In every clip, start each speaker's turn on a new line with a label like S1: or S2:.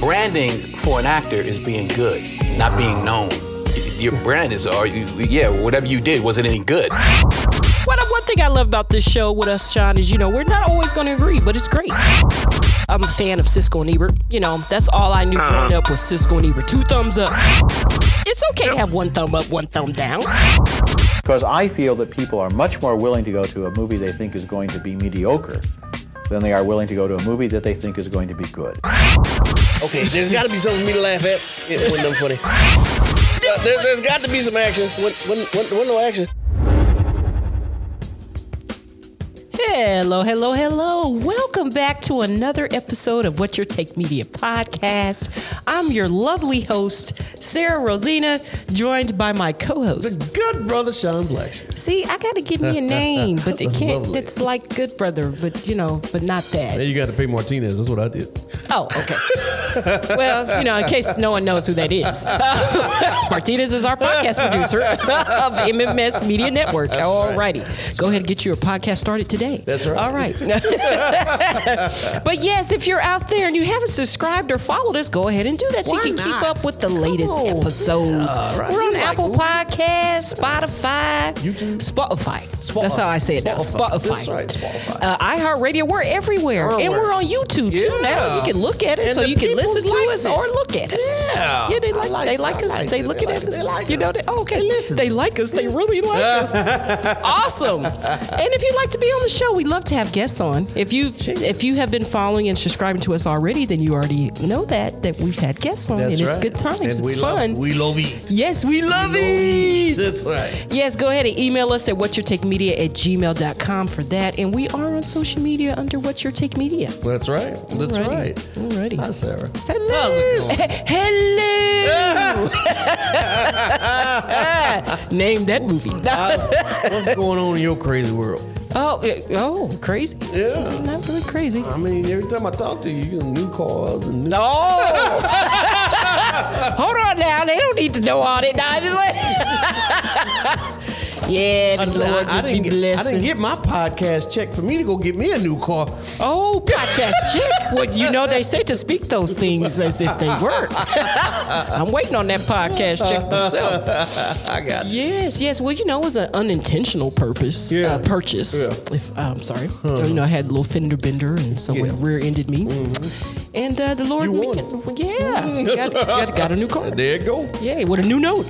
S1: branding for an actor is being good, not being known. Your brand is, or you, yeah, whatever you did, was it any good?
S2: What one thing I love about this show with us, Sean, is you know we're not always going to agree, but it's great. I'm a fan of Cisco and Ebert. You know that's all I knew growing
S3: Uh-huh.
S2: up was Cisco and Ebert. Two thumbs up. It's okay to have one thumb up, one thumb down.
S4: Because I feel that people are much more willing to go to a movie they think is going to be mediocre than they are willing to go to a movie that they think is going to be good.
S3: Okay, there's got to be something for me to laugh at. It wasn't nothing funny. Uh, there, there's got to be some action. When, when, when, when no action.
S2: Hello, hello, hello. Welcome back to another episode of What's Your Take Media podcast. I'm your lovely host, Sarah Rosina, joined by my co-host.
S3: The good brother Sean Blackson.
S2: See, I gotta give me a name, but it
S3: That's
S2: can't.
S3: lovely.
S2: It's like good brother, but you know, but not that.
S3: you got to pay Martinez. That's what I did.
S2: Oh, okay. well, you know, in case no one knows who that is, Martinez is our podcast producer of MMS Media Network. All righty. Go ahead and get your podcast started today.
S3: That's right.
S2: All right. but yes, if you're out there and you haven't subscribed or followed us, go ahead and do that so you
S3: Why
S2: can keep
S3: not?
S2: up with the latest
S3: on.
S2: episodes.
S3: Yeah, right.
S2: We're on
S3: You like
S2: Apple
S3: Google.
S2: Podcasts, Spotify,
S3: YouTube.
S2: Spotify. That's how I say it now.
S3: Spotify.
S2: Spotify.
S3: That's right, Spotify.
S2: Uh, iHeartRadio. We're everywhere. And
S3: Everywhere.
S2: we're on YouTube too now.
S3: Yeah.
S2: You can look at it
S3: And
S2: so
S3: the
S2: you can
S3: peoples
S2: listen to
S3: likes
S2: us
S3: it.
S2: or look at us.
S3: Yeah.
S2: yeah, they
S3: I
S2: like,
S3: like
S2: they
S3: it.
S2: like
S3: I
S2: us.
S3: like
S2: They
S3: it.
S2: looking
S3: They
S2: at
S3: like it.
S2: us.
S3: They like
S2: you know
S3: us.
S2: that? oh, Okay,
S3: They listen.
S2: they like us. They really like us. awesome. And if you'd like to be on the show, we'd love to have guests on. If you
S3: Jesus.
S2: if you have been following and subscribing to us already, then you already know that that we've had guests on, and it's good times. it's fun.
S3: we love it.
S2: yes, we love it.
S3: That's right.
S2: Yes, go ahead and email us at whatyourtakemedia at gmail.com for that. And we are on social media under What's Your Take Media.
S3: That's right. That's
S2: Alrighty.
S3: right.
S2: Alrighty.
S3: Hi, Sarah.
S2: Hello.
S3: How's it
S2: Hello. Name that movie.
S3: going? What's going on in your crazy world?
S2: oh, eh, oh, crazy. It's
S3: Yeah.
S2: not really crazy.
S3: I mean, every time I talk to you, you got new cars and new.
S2: Oh. Hold on now. They don't need to know all that. Nah, just like- yeah, the Lord just be
S3: didn't, get, I
S2: blessing.
S3: didn't get my podcast check for me to go get me a new car.
S2: Oh, podcast chick. Well, you know they say to speak those things as if they were. I'm waiting on that podcast chick myself.
S3: I got you.
S2: Yes, yes. Well, you know, it was an unintentional purpose
S3: Yeah.
S2: uh, purchase.
S3: Yeah. Uh-huh.
S2: If uh, I'm sorry, you know, I had a little fender bender, and someone
S3: Yeah. Mm-hmm.
S2: rear-ended me, and uh, the Lord,
S3: You
S2: we
S3: won.
S2: can- yeah, got, got, got a new car.
S3: There you go.
S2: Yay, with a new note.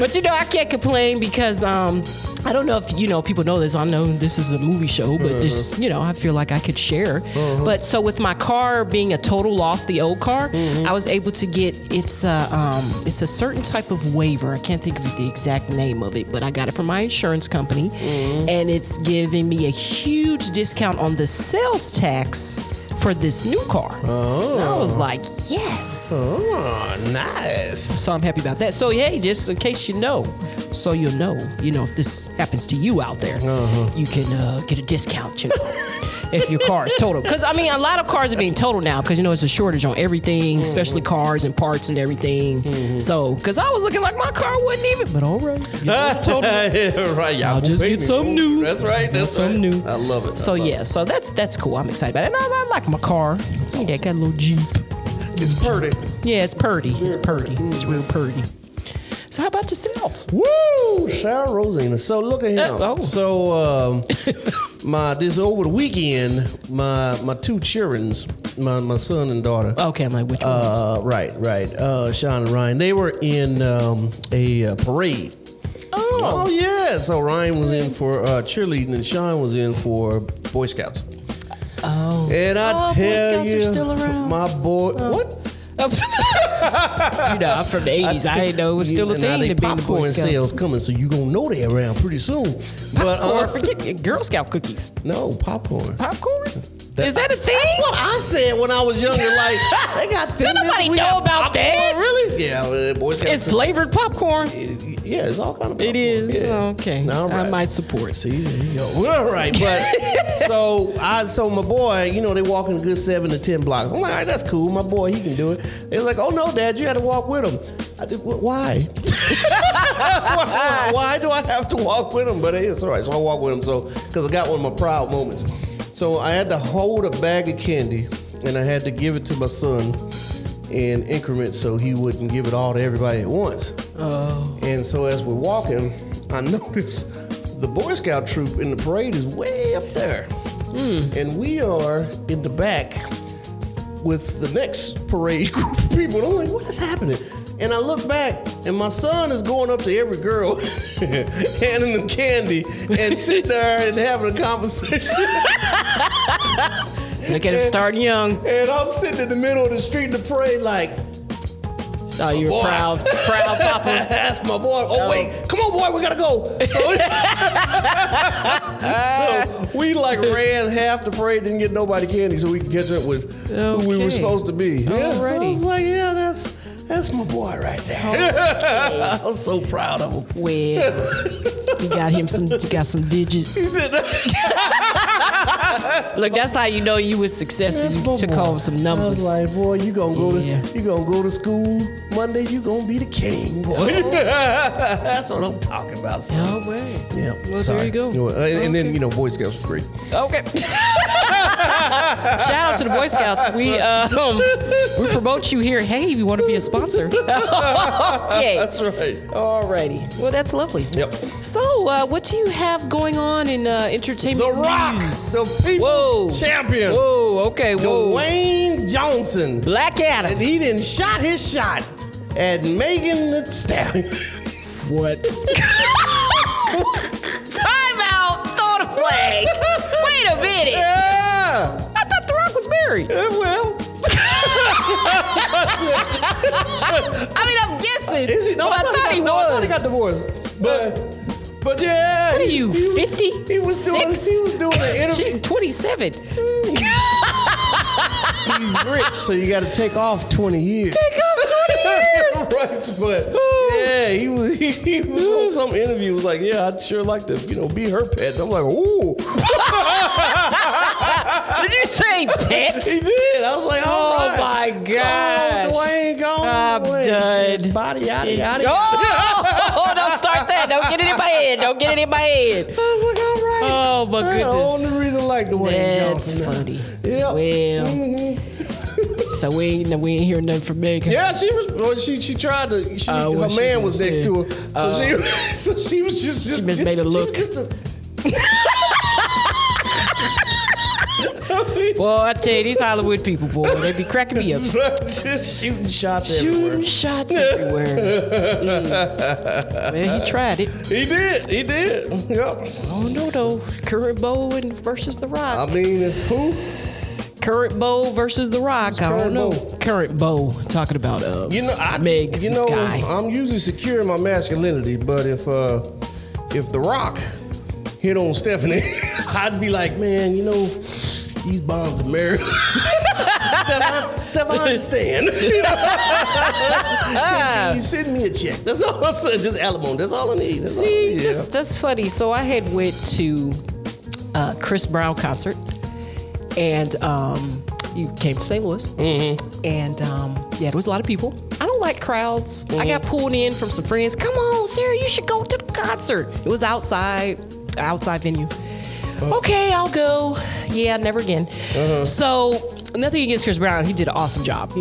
S2: but you know, I can't complain because um, I don't know if you know people know this. I know this is a movie show, but this you know I feel like I could share. But so with my car being a total loss, the old car, I was able to get it's a um, it's a certain type of waiver. I can't think of the exact name of it, but I got it from my insurance company, and it's giving me a huge discount on the sales tax. For this new car, and I was like, "Yes!"
S3: Oh, nice.
S2: So I'm happy about that. So hey, just in case you know, so you'll know, you know, if this happens to you out there,
S3: Uh-huh.
S2: you can uh, get a discount, you know. If your car is total, because I mean, a lot of cars are being totaled now, because you know it's a shortage on everything,
S3: Mm-hmm.
S2: especially cars and parts and everything. So, because I was looking like my car wasn't even, but all right, you know, total.
S3: right, y'all
S2: I'll
S3: gonna
S2: just
S3: pay
S2: get
S3: me.
S2: some new.
S3: That's right. That's
S2: Some
S3: right.
S2: new.
S3: I love it.
S2: So
S3: I love
S2: yeah, so that's that's cool. I'm excited about it. And I, I like my car. Yeah, got a little Jeep.
S3: it. it's pretty.
S2: Yeah, it's purdy. It's purdy. It's real purdy.
S3: Mm-hmm.
S2: So how about yourself?
S3: Woo, Sarah Rosina. So look at him.
S2: Uh, oh.
S3: So um, my this over the weekend, my my two childrens, my my son and daughter.
S2: Okay, I'm like, which ones?
S3: Uh, right, right. Uh, Sean and Ryan, they were in um, a uh, parade. Oh. yeah. So Ryan was in for uh, cheerleading, and Sean was in for Boy Scouts.
S2: Oh.
S3: And I
S2: Oh, Boy
S3: tell
S2: Scouts
S3: you,
S2: are still around. Oh.
S3: my boy, what?
S2: you know, I'm from the 80s. I didn't know it was still a
S3: And now
S2: thing
S3: they
S2: to be in the Boy
S3: popcorn sales
S2: Scouts.
S3: coming, so you gonna know they around pretty soon. But
S2: Or
S3: uh,
S2: forget your Girl Scout cookies.
S3: no popcorn.
S2: Popcorn?
S3: That-
S2: Is that a thing?
S3: That's what I said when I was younger. Like they got
S2: Did
S3: thin
S2: nobody
S3: mints, we
S2: know
S3: got
S2: about
S3: popcorn,
S2: that?
S3: Really? Yeah, uh, Boy Scouts.
S2: It's flavored popcorn.
S3: yeah, it's all kind of.
S2: It
S3: popcorn,
S2: is.
S3: Yeah.
S2: Oh, okay.
S3: All
S2: I
S3: right.
S2: might support.
S3: See, there you go. All right, but so I, so my boy, you know, they walking a good seven to ten blocks. I'm like, all right, that's cool. My boy, he can do it. They're like, oh no, Dad, you had to walk with him. I did. "Wh- Why? why? Why do I have to walk with him? But hey, it's all right. So I walk with him. So because I got one of my proud moments. So I had to hold a bag of candy and I had to give it to my son in increments so he wouldn't give it all to everybody at once. Oh. And so as we're walking, I noticed the Boy Scout troop in the parade is way up there. And we are in the back with the next parade group of people. And I'm like, what is happening? And I look back, and my son is going up to every girl, handing them candy, and sitting there and having a conversation.
S2: Look at him starting young.
S3: and I'm sitting in the middle of the street in the parade, like,
S2: Oh, you're
S3: Boy.
S2: proud, proud papa.
S3: that's my boy. Oh, wait, come on, boy, we gotta go. So, so we like ran half the parade, didn't get nobody candy, so we could catch up with who we
S2: Okay.
S3: were supposed to be. Yeah, I
S2: Alrighty.
S3: was like, yeah, that's that's my boy right there. I was so proud of him.
S2: Well, you got him some, you got some digits. Look, that's how you know you was successful.
S3: That's
S2: You
S3: my
S2: took
S3: boy.
S2: home some numbers.
S3: I was like, boy, you gonna go
S2: Yeah.
S3: to you gonna go to school Monday. You gonna be the king, boy. That's what I'm talking about. Son.
S2: All right.
S3: Yeah.
S2: Well,
S3: sorry.
S2: there you go.
S3: know, and, and then
S2: Okay.
S3: you know, Boy Scouts was great.
S2: Okay. Shout out to the Boy Scouts. We um, we promote you here. Hey, if you want to be a sponsor. okay.
S3: That's right.
S2: Alrighty. Well, that's lovely.
S3: Yep.
S2: So, uh, what do you have going on in uh, entertainment?
S3: The Rock,
S2: news?
S3: the people's champion.
S2: Whoa. Okay. Whoa.
S3: Dwayne Johnson.
S2: Black Adam.
S3: And he didn't shot his shot at Megan the Stallion.
S2: What? Time out. Throw the flag. Wait a minute.
S3: yeah.
S2: I thought The Rock was married.
S3: Eh, Well,
S2: I mean, I'm guessing.
S3: is he?
S2: No, I, thought, he
S3: got, no, I thought he
S2: was.
S3: got divorced. But, but yeah.
S2: What are
S3: he-
S2: you,
S3: he was-
S2: 50?
S3: He was doing.
S2: Six?
S3: He was doing an interview.
S2: She's 27.
S3: He's rich, so you got to take off twenty years.
S2: Take off 20 years.
S3: right, but yeah, he was he, he was on some interview was like, yeah, I'd sure like to you know be her pet. I'm like, ooh,
S2: Did you say pets?
S3: he did. I was like, all
S2: Oh
S3: right.
S2: my gosh.
S3: oh, Dwayne gone.
S2: I'm
S3: away.
S2: done.
S3: Body yada yada.
S2: Oh, don't start that. Don't get it in my head. Don't get it in my head.
S3: I was like, all right.
S2: Oh, my
S3: That's
S2: goodness.
S3: The only reason I like Dwayne
S2: That's
S3: Johnson. now.
S2: funny.
S3: Yeah.
S2: Well,
S3: Mhm.
S2: so we ain't, we ain't hearing nothing from Megan.
S3: Yeah, she was. Well, she she tried to. She,
S2: Oh,
S3: her
S2: well, she
S3: man was
S2: was,
S3: next
S2: yeah.
S3: to her, so she so she was just just
S2: just made a
S3: she was
S2: look.
S3: Just a,
S2: Boy, I tell you, these Hollywood people, boy, they be cracking me up.
S3: just shooting shots everywhere.
S2: Shooting shots everywhere. Mm. Well, he tried it.
S3: He did. He did. Yep.
S2: Oh no, though. Current Bowen versus The Rock.
S3: I mean, it's who?
S2: Current Bo versus The Rock. I don't
S3: Current
S2: know.
S3: Bo?
S2: Current Bo talking about uh,
S3: You know, I
S2: Meg's
S3: you know,
S2: guy.
S3: I'm usually secure in my masculinity, but if uh if The Rock hit on Stephanie, I'd be like, man, you know, these bonds are married. Steph, Steph, I understand. Can you send me a check? That's all I said. Just alimony. That's all I need. That's all I
S2: See,
S3: need.
S2: that's that's funny. So I had went to a Chris Brown concert, and um, you came to St. Louis, and um, yeah, there was a lot of people. I don't like crowds. I got pulled in from some friends. Come on, Sarah, you should go to the concert. It was outside, outside venue. Okay, I'll go. Yeah, never again. So nothing against Chris Brown. He did an awesome job.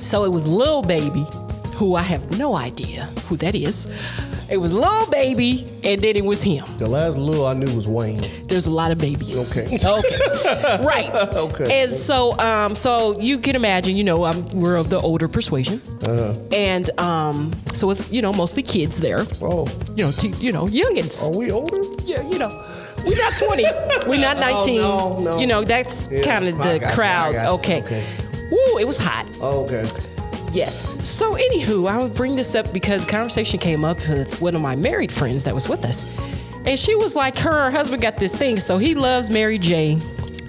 S2: So it was Lil Baby, who I have no idea who that is. It was Lil Baby, and then it was him.
S3: The last little I knew was Wayne.
S2: There's a lot of babies.
S3: Okay.
S2: Okay. right.
S3: Okay.
S2: And so, um, so you can imagine, you know, um, we're of the older persuasion,
S3: Uh-huh.
S2: and um, so it's you know mostly kids there,
S3: Oh,
S2: you know, te- you know, youngins.
S3: are we older?
S2: Yeah, you know. We're not 20. We're not
S3: Oh,
S2: 19.
S3: no, no.
S2: You know, that's
S3: Yeah,
S2: kind of
S3: I
S2: the
S3: got you, I
S2: crowd.
S3: got you.
S2: Okay.
S3: Okay.
S2: Woo, it was hot.
S3: Oh, okay.
S2: Yes. So, anywho, I would bring this up because conversation came up with one of my married friends that was with us, and she was like, her, and her husband got this thing, so he loves Mary J,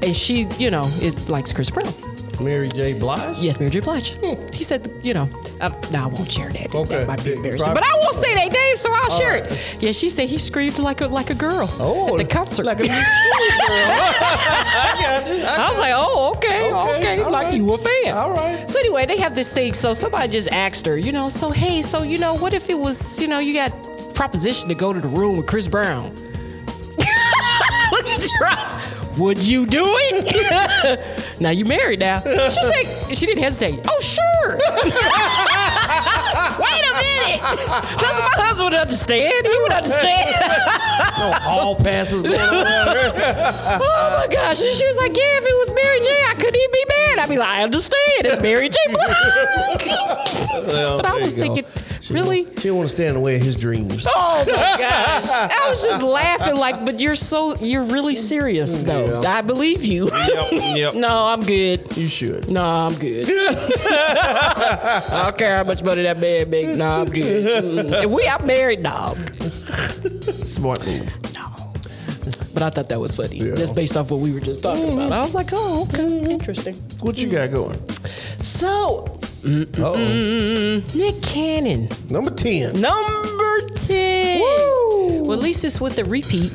S2: and she, you know, is likes Chris Brown.
S3: Mary J. Blige.
S2: Yes, Mary J. Blige. He said, you know, um, no, I won't share that.
S3: Hmm. Okay.
S2: That might be
S3: Yeah,
S2: embarrassing,
S3: private-
S2: but I won't say that name, so I'll share it. Yeah, she said he screamed like a like a girl
S3: Oh,
S2: at the concert.
S3: Like a little schoolgirl. I got you.
S2: I was like, oh, okay,
S3: Okay,
S2: okay,
S3: all
S2: like
S3: right.
S2: you a fan.
S3: All right.
S2: So anyway, they have this thing. So somebody just asked her, you know, so hey, so you know, what if it was, you know, you got proposition to go to the room with Chris Brown? Look at your eyes. Would you do it? now you married now. She's like, and she didn't hesitate. Oh, sure. Wait a minute. Does my husband understand? He would understand.
S3: No hall passes going on around here.
S2: oh my gosh. And she was like, yeah, if it was Mary J, I couldn't even be mad. I'd be like, I understand. It's Mary J. Blige.
S3: Well,
S2: but I
S3: there you
S2: was
S3: go.
S2: thinking, really?
S3: She don't want to stay in the way of his dreams.
S2: Oh my gosh! I was just laughing, like, but you're so you're really serious though. I believe you.
S3: yep.
S2: no, I'm good.
S3: You should.
S2: No, I'm good. I don't care how much money that man make. No, I'm good. Mm. If we are married, no, I'm good.
S3: Smart move.
S2: no. But I thought that was funny, just based off what we were just talking about. I was like, oh, okay,
S3: Mm-hmm.
S2: interesting.
S3: What you got going?
S2: So,
S3: Oh,
S2: Nick Cannon.
S3: number ten.
S2: Number 10. Well, at least it's with the repeat.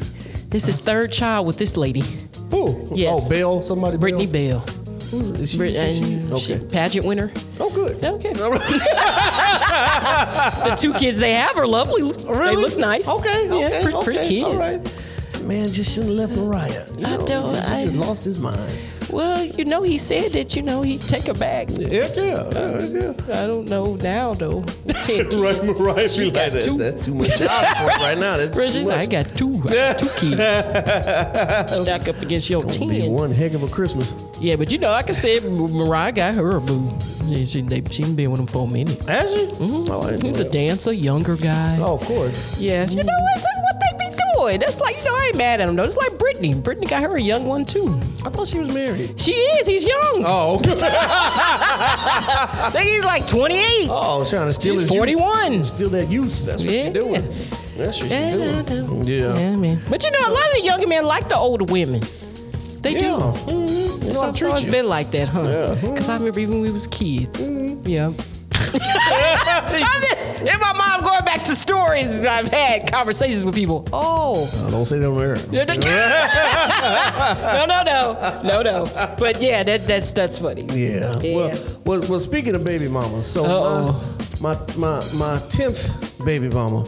S2: This is third child with this lady,
S3: Who?
S2: Yes.
S3: Oh, Bell. Somebody.
S2: Brittany
S3: Bell.
S2: Bell.
S3: Bell. Is she,
S2: Brit-
S3: is she-
S2: and she-
S3: okay.
S2: pageant winner.
S3: Oh, good.
S2: Okay. the two kids they have are lovely. They look nice.
S3: Okay.
S2: Yeah,
S3: okay,
S2: pretty,
S3: okay,
S2: pretty kids. Mm.
S3: All right. Man, just shouldn't have left Mariah. You
S2: I
S3: know,
S2: don't-
S3: He
S2: I-
S3: just lost his mind.
S2: Well, you know, he said that, you know, he'd take her back.
S3: Yeah, yeah, yeah. yeah.
S2: I don't know now, though. Ten Oh, kids.
S3: Right, Mariah.
S2: She's got
S3: that,
S2: two.
S3: That's too much child support right now. That's
S2: Reggie,
S3: too much.
S2: I got two. I got two kids. Stack up against your
S3: Gonna be
S2: ten.
S3: one heck of a Christmas.
S2: Yeah, but you know, like I said, M- Mariah got her a boo. Yeah, she, they, she been with him for a minute.
S3: Has she? Mm-hmm. Oh, I didn't know
S2: He's a
S3: that.
S2: dancer, younger guy.
S3: Oh, of course.
S2: Yeah, you know it's what they be doing. That's like you know I ain't mad at him though. It's like Brittany. Brittany got her a young one too.
S3: I thought she was married.
S2: She is. He's young.
S3: Oh,
S2: I think he's like 28.
S3: oh, trying to steal
S2: He's
S3: his youth.
S2: 41.
S3: Steal that youth. That's what
S2: Yeah.
S3: she doing. That's what
S2: Yeah,
S3: she
S2: I
S3: doing.
S2: know.
S3: Yeah.
S2: Yeah, man. But you know, a lot of the younger men like the older women. They do.
S3: Yeah.
S2: Mhm. It's
S3: how I
S2: al- it's
S3: treat
S2: always
S3: you.
S2: been like that, huh?
S3: Yeah.
S2: Because I remember even when we was kids. Yeah. I'm just- In my mind, I'm going back to stories I've had conversations with people. Oh,
S3: No, don't say that on air.
S2: no, no, no, no, no. But yeah, that, that's that's funny.
S3: Yeah.
S2: Yeah.
S3: Well, well, well, speaking of baby mama, so
S2: Uh-oh.
S3: my my my my tenth baby mama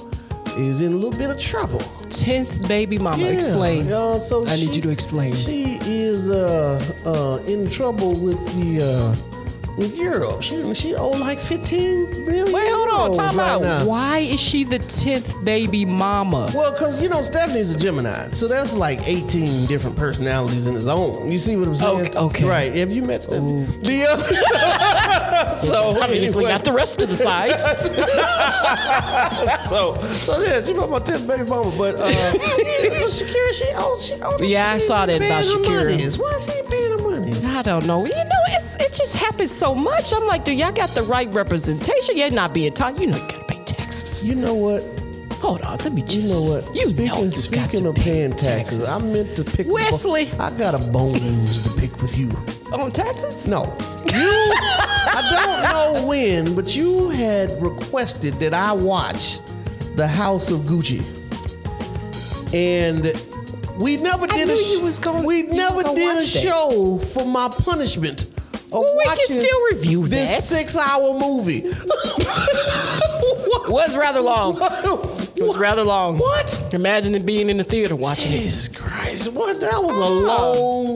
S3: is in a little bit of trouble.
S2: Tenth baby mama,
S3: Yeah.
S2: explain.
S3: Uh, so
S2: I need
S3: she-
S2: you to explain.
S3: She is uh, uh, in trouble with the uh, with Europe. She she owe like fifteen million.
S2: Wait, hold on,
S3: euros
S2: time
S3: right
S2: out.
S3: now.
S2: Why is she the tenth baby mama?
S3: Well, because you know Stephanie's a Gemini, so that's like eighteen different personalities in his own. You see what I'm saying?
S2: Okay- okay. Oh.
S3: Right? Have you met Stephanie? The, uh, so
S2: Obviously,
S3: anyway.
S2: not the rest of the sides.
S3: so, so yeah, she bought my tenth baby mama, but uh, so Shakira, she owes, she owes.
S2: Yeah, I
S3: she
S2: saw that
S3: ain't
S2: about
S3: paying her
S2: Shakira.
S3: monies. Why she ain't paying her money?
S2: I don't know. You know, it's it just happens so much. I'm like, do y'all got the right representation? You're not being taught. You know, you gotta pay taxes.
S3: You know what?
S2: Hold on, let me just.
S3: You know what?
S2: You
S3: speaking
S2: know you got
S3: speaking
S2: to
S3: of
S2: pay
S3: paying taxes, I meant to pick. a bo-
S2: Wesley.
S3: I got a bones to pick with you.
S2: on taxes.
S3: No, you. I don't know when, but you had requested that I watch The House of Gucci, and we never
S2: I
S3: did
S2: knew
S3: a sh-
S2: you was gonna-
S3: we
S2: you were
S3: never
S2: gonna
S3: did a
S2: watch that.
S3: show for my punishment. Of
S2: Well, we can
S3: watching
S2: still review
S3: this
S2: that.
S3: six-hour movie.
S2: was rather long. It was rather long.
S3: What?
S2: Imagine it being in the theater watching it.
S3: Jesus Christ! What? That was a
S2: Yeah.
S3: long.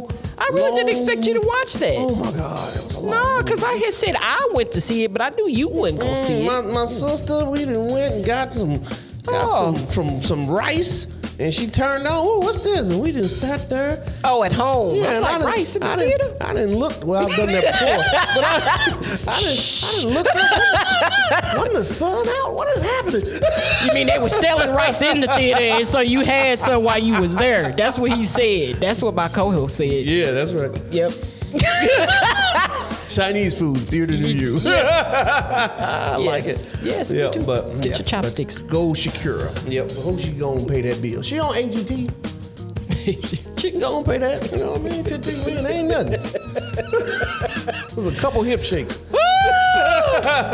S2: Oh. I really didn't expect you to
S3: long-
S2: watch that.
S3: Oh my God! It was a long.
S2: no,
S3: movie.
S2: because I had said I went to see it, but I knew you wasn't gonna see
S3: Mm, My,
S2: it.
S3: my sister, we done went and got some, got
S2: Oh.
S3: some from some rice, and she turned on. Oh, what's this? And we just sat there.
S2: Oh, at home. I was
S3: and
S2: like,
S3: done-
S2: rice in the
S3: I done-
S2: theater.
S3: I didn't look. Well, I've done that before, but I, I didn't. I didn't look. Up. What in the sun out? What is happening?
S2: You mean they were selling rice in the theater, and so you had some while you was there? That's what he said. That's what my co-host said.
S3: Yeah, that's right.
S2: Yep.
S3: Chinese food, theater to you. I
S2: Yes.
S3: like it.
S2: Yes, we
S3: yeah,
S2: do.
S3: But,
S2: Get
S3: yeah,
S2: your chopsticks.
S3: but Go Shakira. Yep. Who she gonna pay that bill? She on AGT. She can go and pay that. You know what I mean? 15 million ain't nothing. it was a couple hip shakes.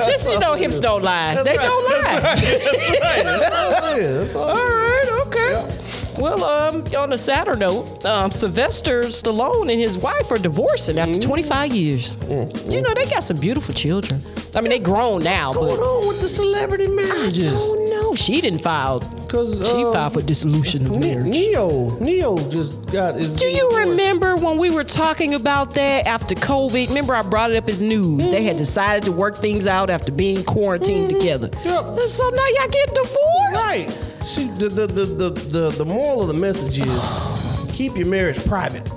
S2: Just you know, hips don't lie.
S3: That's
S2: they
S3: right.
S2: don't lie.
S3: That's right. That's all it is. That's all
S2: All
S3: it is.
S2: right, okay. Well, um, on a sadder note, um, Sylvester Stallone and his wife are divorcing
S3: Mm-hmm.
S2: after 25 years. You know, they got some beautiful children. I mean, they grown now,
S3: What's going
S2: but
S3: on with the celebrity
S2: I
S3: marriages?
S2: don't know. She didn't file
S3: Cause
S2: She
S3: um,
S2: filed for dissolution of
S3: Ne-
S2: marriage.
S3: Neo, Neo just got. Is
S2: Do
S3: getting
S2: you
S3: divorced.
S2: remember when we were talking about that after COVID? Remember, I brought it up as news. They had decided to work things out after being quarantined together.
S3: Mm-hmm. Yep.
S2: So now y'all get divorced.
S3: Right. See, the the, the the the the moral of the message is keep your marriage private.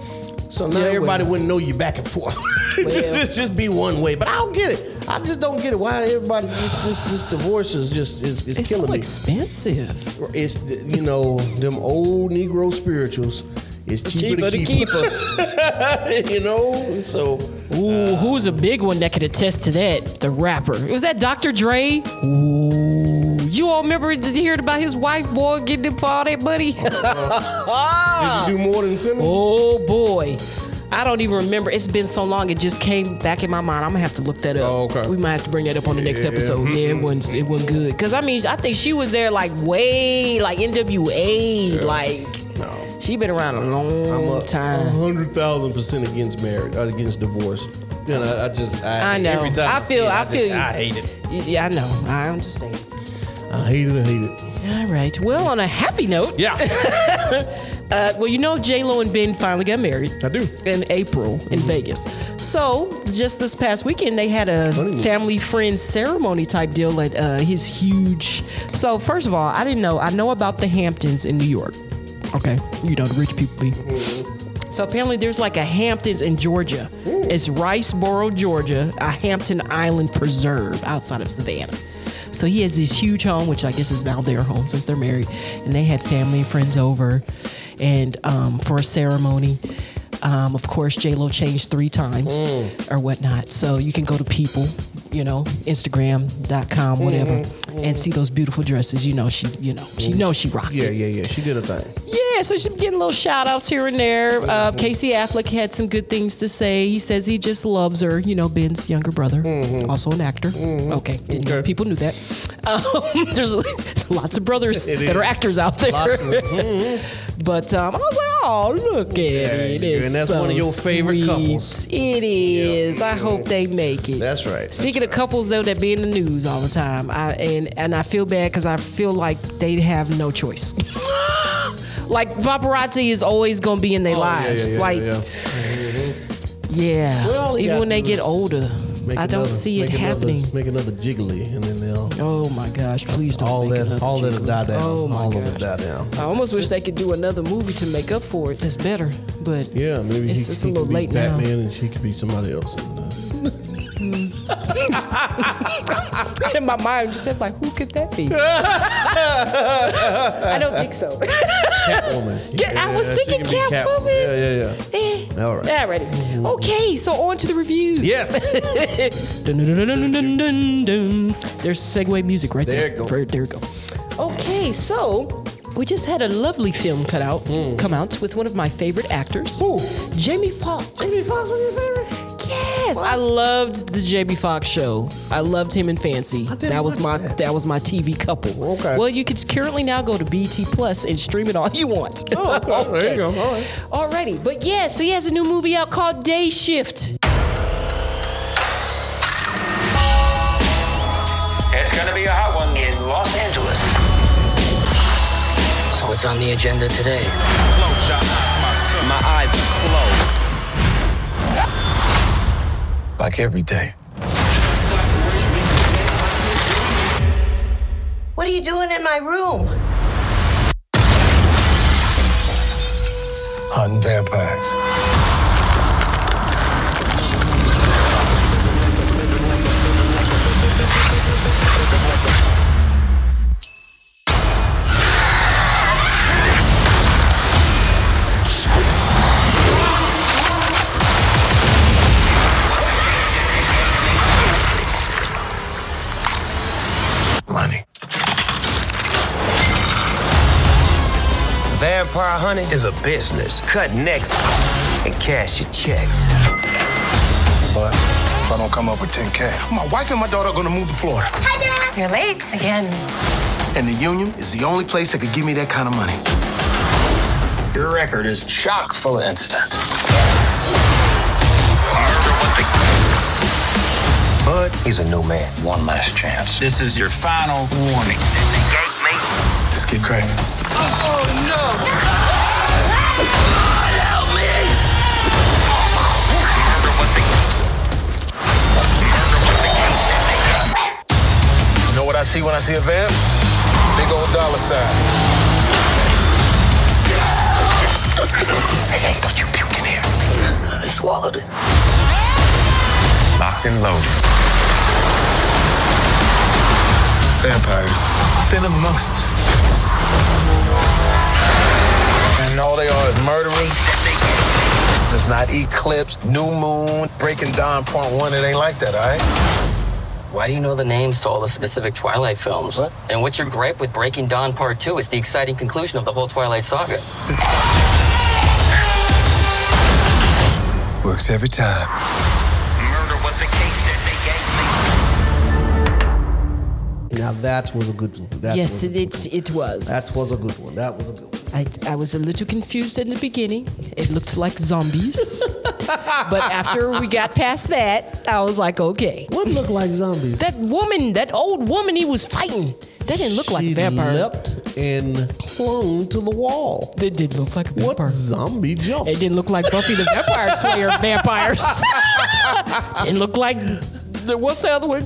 S3: So now
S2: Yeah,
S3: everybody
S2: well.
S3: wouldn't know you back and forth. just, just just be one way. But I don't get it. I just don't get it. Why everybody just just, just divorce is just is, is
S2: It's
S3: killing
S2: so
S3: me.
S2: expensive.
S3: It's the- you know them old Negro spirituals. It's cheaper,
S2: Cheaper to
S3: keep 'em. you know. So
S2: Ooh, who's a big one that could attest to that? The rapper. Was that Dr. Dre? Ooh. You all remember did you hear about his wife, boy, getting him for all that money? Uh,
S3: did you do more than Simmons?
S2: oh boy. I don't even remember. It's been so long it just came back in my mind. I'm gonna have to look that up.
S3: Oh, okay. Mm-hmm.
S2: We might have to bring that up on the next episode. Yeah, it wasn't it wasn't good. Cause I mean I think she was there like way like NWA, like she been around a long time.
S3: hundred thousand percent against marriage, uh, against divorce. And I, I just, I,
S2: I know.
S3: Every time
S2: I feel-
S3: see it,
S2: I
S3: just-
S2: feel you.
S3: I hate it.
S2: Yeah, I know. I understand.
S3: I hate it. I hate it.
S2: All right. Well, on a happy note,
S3: Yeah,
S2: uh, well, you know, J Lo and Ben finally got married
S3: I do.
S2: in April in Vegas. So just this past weekend, they had a
S3: Honeymoon.
S2: family friend ceremony type deal at uh, his huge. So first of all, I didn't know. I know about the Hamptons in New York. Okay, you know the rich people be. So apparently, there's like a Hamptons in Georgia. It's Riceboro, Georgia, a Hampton Island preserve outside of Savannah. So he has this huge home, which I guess is now their home since they're married, and they had family and friends over, and um, for a ceremony. Um, of course, J Lo changed three times or whatnot. So you can go to people, you know, Instagram.com, whatever, and see those beautiful dresses. You know, she, you know, she knows she rocked
S3: Yeah,
S2: it.
S3: yeah, yeah. She did a thing.
S2: Yeah, so she's getting little shout outs here and there. Uh, Casey Affleck had some good things to say. He says he just loves her, you know, Ben's younger brother, also an actor. Okay, didn't know if
S3: Mm-hmm. Okay.
S2: people knew that. Um, there's lots of brothers
S3: It
S2: that
S3: is.
S2: are actors out there.
S3: Lots of-
S2: But um, I was like, oh, look at it.
S3: you go.
S2: It's
S3: And that's
S2: so
S3: one of your favorite
S2: sweet.
S3: couples.
S2: It is. I hope they make it.
S3: That's right.
S2: Speaking of couples though that be in the news all the time, I and and I feel bad because I feel like they have no choice. like paparazzi is always gonna be in their
S3: Oh, yeah, yeah,
S2: lives.
S3: yeah,
S2: like
S3: yeah, yeah.
S2: yeah,
S3: Well,
S2: even
S3: yeah,
S2: when they
S3: it
S2: get
S3: was-
S2: older,
S3: Make
S2: I don't
S3: another-
S2: see it
S3: make another-
S2: happening.
S3: Make another jiggly, and then they'll
S2: Oh my gosh! Please don't.
S3: all
S2: make
S3: that,
S2: another
S3: all that'll
S2: Jiggly.
S3: die down.
S2: Oh my
S3: all
S2: gosh! Uh,
S3: of it die down.
S2: I almost wish they could do another movie to make up for it. That's better, but
S3: Yeah, maybe
S2: it's
S3: he,
S2: just
S3: he
S2: a little
S3: could be
S2: late now.
S3: Batman, and she could be somebody else. And, uh,
S2: in my mind, I just said like, who could that be? I don't think so.
S3: Catwoman.
S2: Yeah, I was
S3: she
S2: thinking
S3: could be
S2: Catwoman.
S3: Yeah, yeah, yeah. All right.
S2: Alrighty. Eh. Okay, so on to the reviews.
S3: Yes.
S2: Dun, dun, dun, dun, dun, dun, dun. There's segue music right there.
S3: There it go.
S2: Ver- There it go. Okay, so we just had a lovely film cut out, come out with one of my favorite actors,
S3: Mm. Who?
S2: Jamie Foxx.
S3: Jamie Foxx was your favorite?
S2: Yes, I loved the Jamie Foxx show. I loved him in Fancy.
S3: didn't
S2: That was my
S3: watch that.
S2: was my TV couple.
S3: Okay.
S2: Well, you could currently now go to BT Plus and stream it all you want.
S3: Oh, okay. There you go. All right.
S2: Alrighty, but yeah, so he has a new movie out called Day Shift.
S5: It's gonna be a hot one in Los Angeles.
S6: So what's on the agenda today?
S7: Close your eyes, my son. My eyes are closed.
S8: like every day.
S9: What are you doing in my room?
S8: Hunting vampires. Money.
S7: Vampire hunting is a business. Cut necks and cash your checks.
S8: But if I don't come up with 10K, my wife and my daughter are gonna move to Florida.
S10: You're late again.
S8: And the union is the only place that could give me that kind of money.
S5: Your record is chock full of incidents.
S7: Bud, he's a new man.
S5: One last chance.
S7: This is your final warning.
S5: Escape me.
S8: This Let's get cracking.
S11: You know what I see when I see a van? Big old dollar sign.
S5: Hey, don't you puke in here. I swallowed it.
S7: Locked and loaded.
S11: Vampires. They live amongst us. And all they are is murderers. It's not Eclipse, New Moon, Breaking Dawn Point One. It ain't like that, all right?
S6: Why do you know the names to all the specific Twilight films? And what's your gripe with Breaking Dawn Part 2? It's the exciting conclusion of the whole Twilight saga.
S11: Works every time.
S3: Now that was a good one. That
S2: yes,
S3: was a
S2: it,
S3: good
S2: it's, it was.
S3: one. That was a good one. That was a good one.
S2: I, I was a little confused in the beginning. It looked like zombies. but after we got past that, I was like, okay.
S3: What looked like zombies?
S2: That woman, that old woman he was fighting, that didn't look like a
S3: She
S2: vampire.
S3: leapt and clung to the wall.
S2: It did look like a vampire.
S3: What zombie jumps?
S2: It didn't look like Buffy the Vampire Slayer vampires. didn't look like the, what's the other one?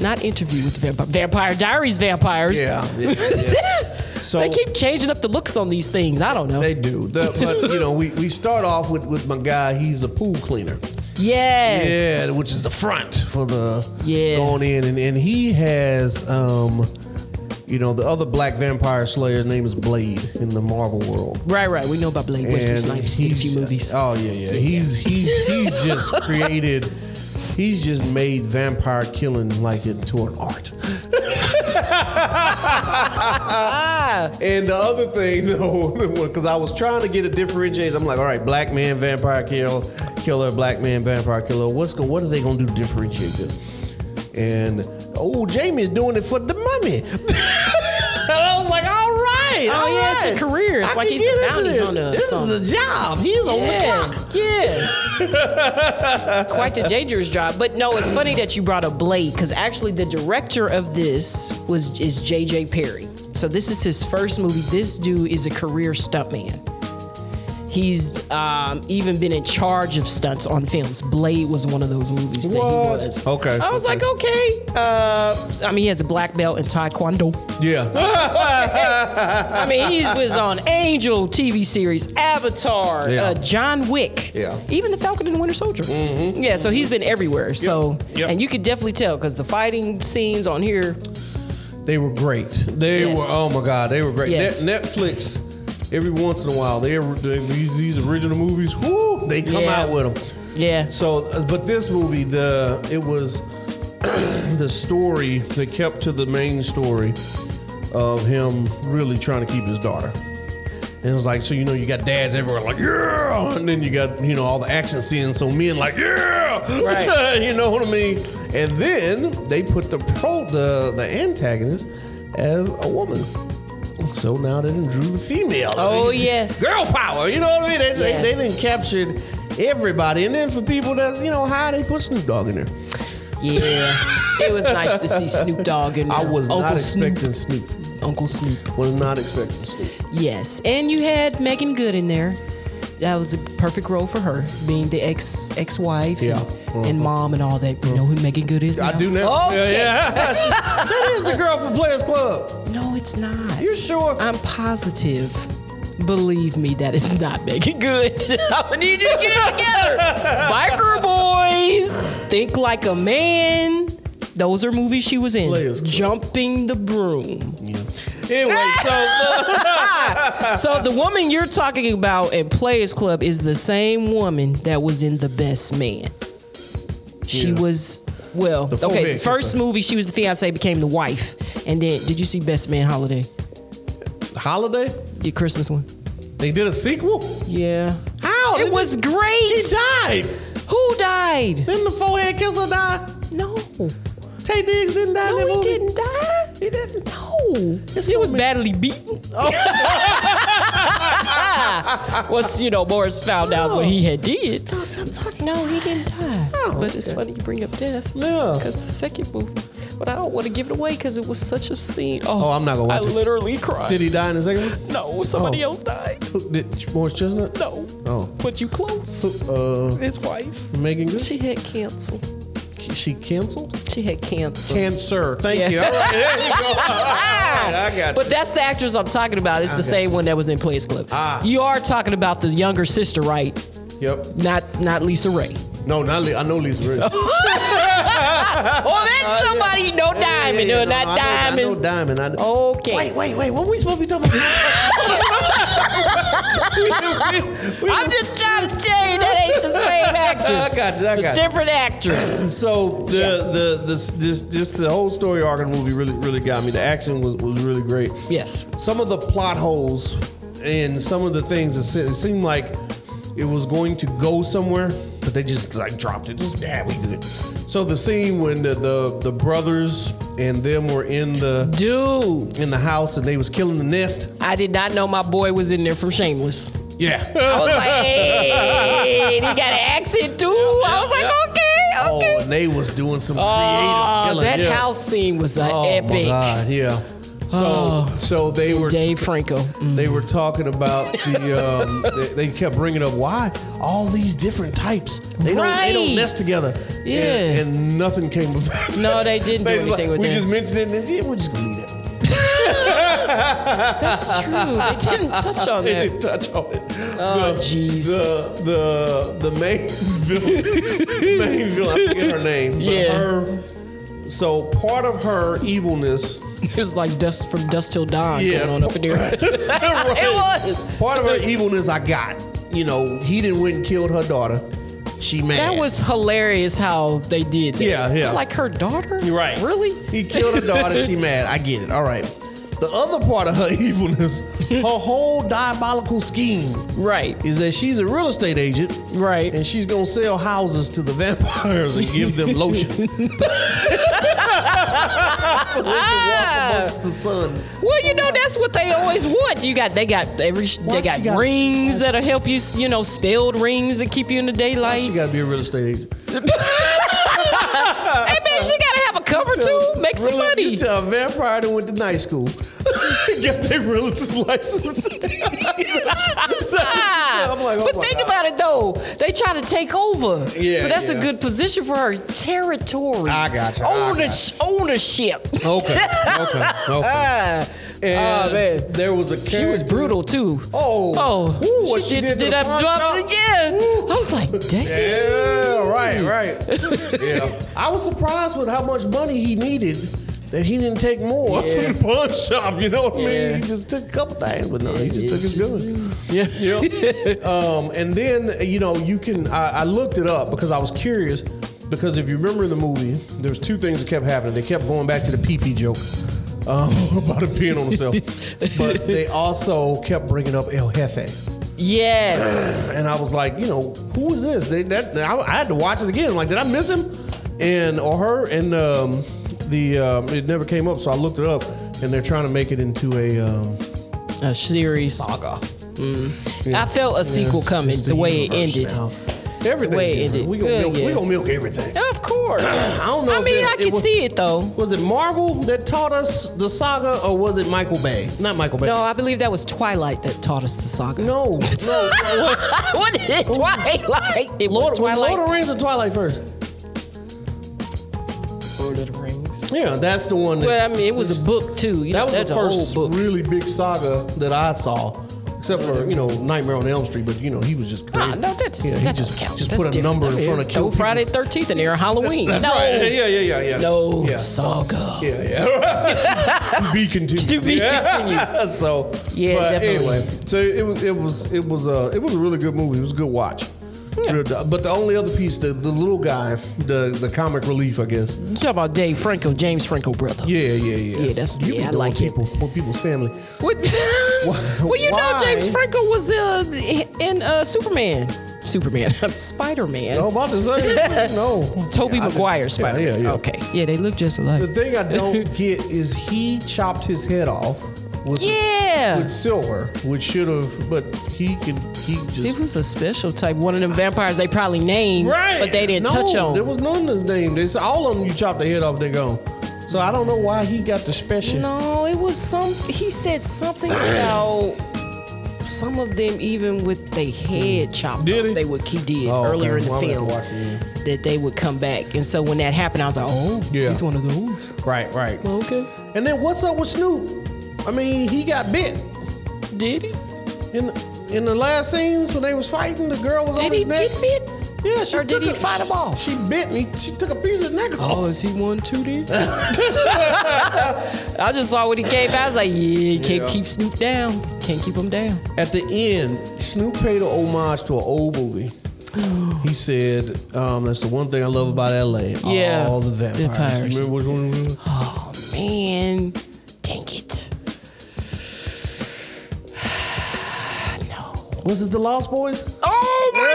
S2: Not interview with the vampire. Vampire Diaries vampires.
S3: Yeah, yeah, So-
S2: they keep changing up the looks on these things. I don't know.
S3: They do. The- but, you know, we, we start off with, with my guy. He's a pool cleaner.
S2: yes.
S3: Yeah, which is the front for the
S2: Yeah.
S3: going in, and, and he has, um, you know, the other black vampire slayer's name is Blade in the Marvel world.
S2: Right, right. We know about Blade Wesley
S3: And
S2: Snipes. Did a few
S3: he's-
S2: movies.
S3: Oh yeah, yeah. He's he's he's just created. He's just made vampire killing like into an art.
S2: Ah.
S3: and the other thing though, because I was trying to get a differentiation, I'm like, all right, black man vampire kill killer, black man vampire killer. What's going? What are they going to do to differentiate this? And oh, Jamie is doing it for the money. And I was like, all right.
S2: Oh,
S3: all
S2: yeah, it's a
S3: right.
S2: career. It's
S3: I
S2: like
S3: can
S2: he's a
S3: get into
S2: bounty
S3: this.
S2: hunter or
S3: This is a
S2: something.
S3: job. He's on the clock.
S2: yeah, yeah. Quite a dangerous job. But no, it's funny that you brought up Blade because actually the director of this was is J.J. Perry. So this is his first movie. This dude is a career stuntman. He's um, even been in charge of stunts on films. Blade was one of those movies that
S3: What?
S2: he was.
S3: Okay,
S2: I was
S3: okay.
S2: like, okay. Uh, I mean, he has a black belt in Taekwondo.
S3: Yeah.
S2: I mean, he was on Angel TV series, Avatar,
S3: Yeah.
S2: uh, John Wick,
S3: Yeah. Mm-hmm.
S2: even The Falcon and the Winter Soldier. Yeah, so he's been everywhere. So,
S3: Yep.
S2: and you could definitely tell because the fighting scenes on here,
S3: they were great. They
S2: Yes.
S3: were, oh my God, they were great.
S2: Yes.
S3: Net, Netflix, every once in a while, they, they these, these original movies, whoo, they come
S2: Yeah.
S3: out with them.
S2: yeah,
S3: So, uh, but this movie, the it was the story they kept to the main story of him really trying to keep his daughter. And it was like, so you know, you got dads everywhere like, yeah, and then you got you know all the action scenes, so men like, yeah,
S2: Right.
S3: you know what I mean. And then they put the pro the the antagonist as a woman. So now they done drew the female.
S2: Oh,
S3: They-
S2: yes.
S3: girl power. You know what I mean? They, they- they,
S2: Yes.
S3: didn't captured everybody. And then for people that's, you know, high, they put Snoop Dogg in there.
S2: yeah. it was nice to see Snoop Dogg and
S3: I was
S2: Uncle
S3: not
S2: Snoop.
S3: expecting Snoop.
S2: Uncle Snoop.
S3: Was not expecting Snoop.
S2: Yes, and you had Megan Good in there. That was a perfect role for her, being the ex ex wife
S3: Yeah. Mm-hmm.
S2: and, and mom and all that. You know who Megan Good is? Oh,
S3: I do now.
S2: Okay.
S3: Yeah, yeah. that is the girl from Players Club.
S2: No, it's not.
S3: You sure?
S2: I'm positive. Believe me, that is not making good. I'm gonna need you to get it together. Biker Boys, Think Like a Man. Those are movies she was in.
S3: Players Club.
S2: Jumping the Broom.
S3: Anyway, so uh,
S2: so the woman you're talking about in Players Club is the same woman that was in The Best Man. She
S3: Yeah.
S2: was well,
S3: The
S2: okay.
S3: Full
S2: The first
S3: Vic,
S2: movie, she was the fiance, became the wife, and then did you see Best Man Holiday,
S3: Holiday,
S2: the Christmas one?
S3: they did a sequel?
S2: Yeah.
S3: How?
S2: It was great.
S3: He died.
S2: Who died?
S3: Didn't the forehead kisser die?
S2: No.
S3: Tay Diggs didn't die in that
S2: No, he
S3: movie?
S2: didn't die.
S3: He didn't.
S2: No.
S3: There's
S2: he
S3: so
S2: was
S3: many-
S2: badly beaten. Once, you know, Morris found out what he had did. Oh, No, he didn't die. but it's funny you bring up death.
S3: Yeah.
S2: Because the second movie but I don't want to give it away because it was such a scene.
S3: Oh,
S2: Oh,
S3: I'm not gonna watch
S2: I
S3: it.
S2: literally cried.
S3: Did he die in the second one?
S2: No, somebody
S3: Oh.
S2: else died.
S3: Who- Did Morris Chestnut?
S2: No,
S3: Oh.
S2: but you close.
S3: Uh,
S2: His wife.
S3: Megan Good?
S2: She had cancer.
S3: She canceled?
S2: She had cancer.
S3: Cancer. Thank
S2: Yeah.
S3: you. All right, there you go. All right, I got you.
S2: But that's the actress I'm talking about. It's the same one that was in Players Club.
S3: Ah.
S2: You are talking about the younger sister, right?
S3: Yep.
S2: Not not Lisa Ray.
S3: No, not Lee. I know Lee's rich.
S2: Oh, that's somebody. No diamond.
S3: Yeah,
S2: No,
S3: yeah,
S2: not
S3: I know, I know
S2: diamond.
S3: diamond. I know.
S2: Okay.
S3: Wait, wait, wait. What we supposed to be talking about?
S2: I'm just trying to tell you that ain't the same actress.
S3: I got you, I
S2: it's a
S3: got you.
S2: different actress.
S3: So the the this this just the whole story arc of the movie really really got me. The action was was really great.
S2: Yes.
S3: Some of the plot holes and some of the things that se- it seemed like it was going to go somewhere, but they just like dropped it. Just yeah, we good. So the scene when the the, the brothers and them were in the
S2: Dude,
S3: in the house and they was killing the nest.
S2: I did not know my boy was in there from Shameless.
S3: Yeah.
S2: I was like, hey, he got an accent too. I was like, okay, okay.
S3: Oh, and they was doing some creative
S2: Oh,
S3: killing.
S2: that
S3: yeah.
S2: house scene was uh,
S3: Oh
S2: epic.
S3: my god, yeah. So
S2: Oh.
S3: so they were
S2: Dave Franco. Mm.
S3: they were talking about the um, they, they kept bringing up why all these different types they don't they
S2: Right.
S3: don't nest together And-
S2: Yeah.
S3: and, nothing came of that
S2: No, they didn't do
S3: was
S2: anything with
S3: we
S2: that.
S3: just mentioned it and yeah, we're just gonna leave it
S2: That's true. They didn't touch on
S3: they
S2: that.
S3: didn't touch on it
S2: Oh,
S3: The-
S2: jeez.
S3: the the the Maysville Maysville I forget her name but
S2: Yeah.
S3: her so part of her evilness
S2: It was like dust from dust till dawn
S3: Yeah.
S2: going on up in there. It was.
S3: Part of her evilness I got. You know, he didn't went and killed her daughter. She mad.
S2: That was hilarious how they did that.
S3: Yeah, yeah.
S2: Like her daughter?
S3: You're right.
S2: Really?
S3: He killed her daughter. she mad. I get it. All right. The other part of her evilness, her whole diabolical scheme,
S2: Right.
S3: is that she's a real estate agent,
S2: Right.
S3: And she's gonna sell houses to the vampires and give them lotion. so they can
S2: Ah.
S3: walk amongst the sun.
S2: Well, you know that's what they always want. You got they got every they
S3: Why she
S2: got
S3: gotta-
S2: rings that'll help you, you know, spelled rings that keep you in the daylight.
S3: She gotta be a real estate agent.
S2: hey man, she gotta have a cover too. Make some
S3: Real-
S2: money.
S3: You tell a vampire that went to night school. Got their realtor's license. I'm like, oh
S2: but
S3: my
S2: think
S3: God.
S2: about it though. They try to take over.
S3: Yeah,
S2: so that's
S3: yeah.
S2: a good position for her. Territory.
S3: I got you, I got
S2: Owner- Ownership.
S3: Okay. Okay. Okay.
S2: Ah.
S3: And
S2: Oh, man.
S3: there was a character.
S2: She was brutal too.
S3: Oh.
S2: Oh.
S3: Ooh, what she
S2: did,
S3: did to
S2: did
S3: the
S2: up
S3: pawn
S2: drops
S3: shop.
S2: again. I was like, damn.
S3: Yeah. Right. Right. yeah. I was surprised with how much money he needed. That he didn't take more from the pawn shop, you know what I mean?
S2: Yeah.
S3: He just took a couple things, but no, he just
S2: Yeah.
S3: took his gun.
S2: Yeah.
S3: Yep. um, and then you know you can. I, I looked it up because I was curious. Because if you remember in the movie, there was two things that kept happening. They kept going back to the pee pee joke um, about him peeing on himself, but they also kept bringing up El Jefe.
S2: Yes.
S3: And I was like, you know, who is this? They, that I, I had to watch it again. Like, did I miss him? And or her? And um, the um, it never came up, so I looked it up. And they're trying to make it into a um,
S2: a series.
S3: saga.
S2: I felt a sequel
S3: It's
S2: coming
S3: just
S2: the way it
S3: universe
S2: ended.
S3: now. Everything.
S2: way it
S3: different.
S2: ended.
S3: We gonna,
S2: Good,
S3: milk, we
S2: yeah.
S3: gonna milk everything.
S2: Of course.
S3: I don't know.
S2: I
S3: if
S2: mean,
S3: it-
S2: I
S3: it
S2: can
S3: was-
S2: see it though.
S3: Was it Marvel that taught us the saga, or was it Michael Bay? Not Michael Bay.
S2: No, I believe that was Twilight that taught us the saga.
S3: no. no.
S2: what is it? Twilight? It
S3: Lord,
S2: was
S3: was Lord
S2: Twilight.
S3: of the Rings or Twilight first?
S2: Lord of the Rings.
S3: Yeah, that's the one. That,
S2: Well, I mean, it was a book too. You know,
S3: That was
S2: that's
S3: the
S2: an old
S3: first
S2: book.
S3: really big saga that I saw, except for you know Nightmare on Elm Street. But you know he was just
S2: Nah,
S3: crazy.
S2: no, that's
S3: Yeah, he
S2: that
S3: just,
S2: don't count.
S3: Just
S2: That's
S3: put a
S2: different.
S3: number
S2: I
S3: in
S2: mean,
S3: front of
S2: throw
S3: cute
S2: Friday
S3: people.
S2: Thirteenth in there, Halloween.
S3: That's
S2: no,
S3: right. Yeah, yeah, yeah, yeah.
S2: no
S3: Yeah.
S2: saga.
S3: Yeah, yeah. to be continued.
S2: To be
S3: yeah. so
S2: Yeah,
S3: but
S2: definitely.
S3: Anyway, so it was it was it was a it was a really good movie. It was a good watch. Real do- But the only other piece, the, the little guy, the the comic relief, I guess.
S2: You talk about Dave Franco, James Franco brother.
S3: Yeah, yeah, yeah.
S2: Yeah, that's-
S3: you
S2: yeah, I
S3: know
S2: like him.
S3: people, What people's family.
S2: What? well, you know, James
S3: Why?
S2: Franco was uh, in uh, Superman. Superman, Spider Man.
S3: No, about to say no.
S2: Toby
S3: I-
S2: Maguire, Spider.
S3: Yeah, yeah, yeah.
S2: Okay. Yeah, they look just alike.
S3: The thing I don't get is he chopped his head off with,
S2: Yeah.
S3: with silver, which should have, but he can he just
S2: It was a special type. One of them vampires they probably named, but they didn't
S3: No,
S2: touch on.
S3: There was none of his name. They said all of them you chopped the head off, they gone. So I don't know why he got the special.
S2: No, it was some. He said something about some of them even with their head chopped off. They would he did
S3: Mm. Oh, okay.
S2: earlier in the
S3: Well, I'm
S2: film
S3: gonna watch it,
S2: that they would come back. And so when that happened, I was like, oh,
S3: Yeah.
S2: he's one of those.
S3: Right, right.
S2: Well, okay.
S3: And then what's up with Snoop? I mean, he got bit.
S2: Did he?
S3: In in the last scenes when they was fighting, the girl was
S2: Did
S3: on
S2: he
S3: his neck.
S2: get bit?
S3: Yeah, she
S2: Or did
S3: took
S2: he
S3: a-
S2: fight him off?
S3: She bit me. She took a piece of his neck off.
S2: Oh, is he one two then? I just saw what he gave. I was like, yeah, can't
S3: Yeah.
S2: keep Snoop down. Can't keep him down.
S3: At the end, Snoop paid an homage to an old movie. He said, um, "That's the one thing I love about L.A.
S2: Yeah.
S3: all the vampires.
S2: Vampires.
S3: Remember which one it was?
S2: Man, dang it.
S3: Was it The Lost Boys?
S2: Oh my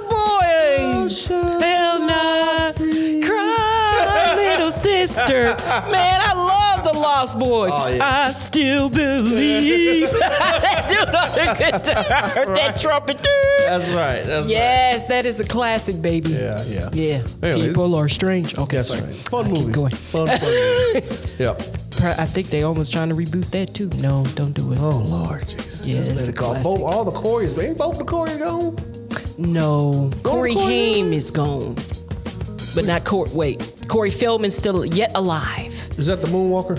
S2: God, the Lost Boys. They'll not cry, little sister. Man, I love the Lost Boys.
S3: Oh, yeah.
S2: I still believe. that dude on the guitar, that trumpet dude.
S3: That's right. That's
S2: Yes, that is a classic, baby.
S3: right. Yeah, yeah,
S2: Yeah.
S3: Anyway,
S2: People are strange. Okay,
S3: That's
S2: sorry.
S3: right. Fun movie.
S2: going.
S3: Fun, fun movie. Yep.
S2: I think they almost trying to reboot that too. No, don't do it.
S3: Oh Lord, Jesus.
S2: Yeah, it's
S3: They
S2: a
S3: call
S2: classic.
S3: both, all the Corey's. Ain't both the Corey gone?
S2: No, Corey
S3: Corey
S2: Haim
S3: Feldman?
S2: is gone, but not Corey. Wait, Corey Feldman's still yet alive.
S3: Is that the Moonwalker?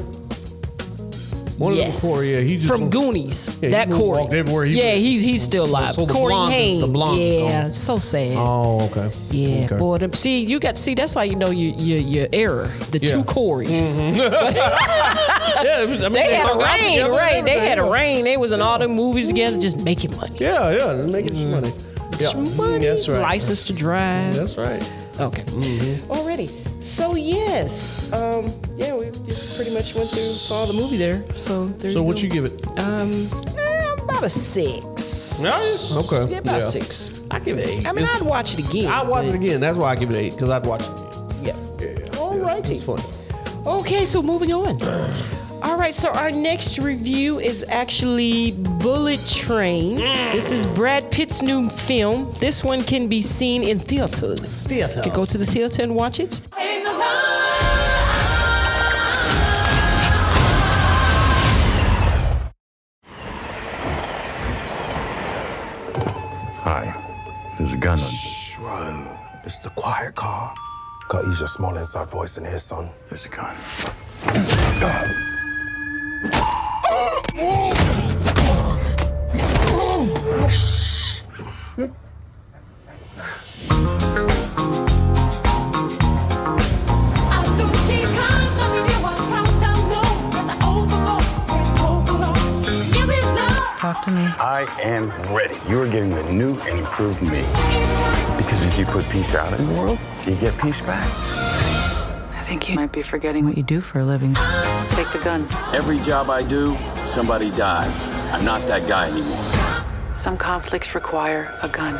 S3: One
S2: yes,
S3: of the Corey. Yeah, he just
S2: from
S3: moved-
S2: Goonies.
S3: Yeah, he
S2: that Corey.
S3: moonwalked everywhere he
S2: yeah,
S3: went.
S2: he's he's still
S3: So-
S2: alive.
S3: so the
S2: Corey
S3: blonde is-
S2: Haim.
S3: the blonde is
S2: yeah,
S3: gone.
S2: so sad.
S3: Oh, okay.
S2: Yeah,
S3: Okay.
S2: boy. Them, see, you got see. That's how you know your your, your error. The
S3: Yeah.
S2: two Corys.
S3: Yeah, I mean, they,
S2: They had a
S3: hung out
S2: rain,
S3: together and
S2: right? They
S3: everything,
S2: had a
S3: yeah.
S2: rain. They was in all them movies together, just making money.
S3: Yeah, yeah, they're making some money. Yeah.
S2: Mm. Some money,
S3: That's right.
S2: license to drive.
S3: That's right.
S2: Okay.
S3: Mm-hmm.
S2: Already. So yes. Um, yeah, we just pretty much went through all the movie there. So there
S3: So
S2: you
S3: what
S2: go.
S3: you give it?
S2: Um, eh, about a six.
S3: Okay.
S2: Yeah, about a six.
S3: I give it eight.
S2: I mean,
S3: It's-
S2: I'd watch it again.
S3: I'd watch it
S2: but-
S3: again. That's why I give it eight because I'd watch it. Again.
S2: Yeah.
S3: Yeah.
S2: All
S3: yeah,
S2: righty.
S3: It's fun.
S2: Okay, so moving on. All right, so our next review is actually Bullet Train.
S3: Mm.
S2: This is Brad Pitt's new film. This one can be seen in theaters.
S3: Theaters.
S2: You can go to the theater and watch it.
S12: Hi. There's a gun on.
S8: Run. It's the quiet car. Gotta use your small inside voice in here, son.
S12: There's a gun.
S13: Talk to me.
S12: I am ready. You are getting the new and improved me. Because if you put peace out in the world, you get peace back.
S13: I think you might be forgetting what you do for a living. Take the gun.
S12: Every job I do, somebody dies. I'm not that guy anymore.
S13: Some conflicts require a gun.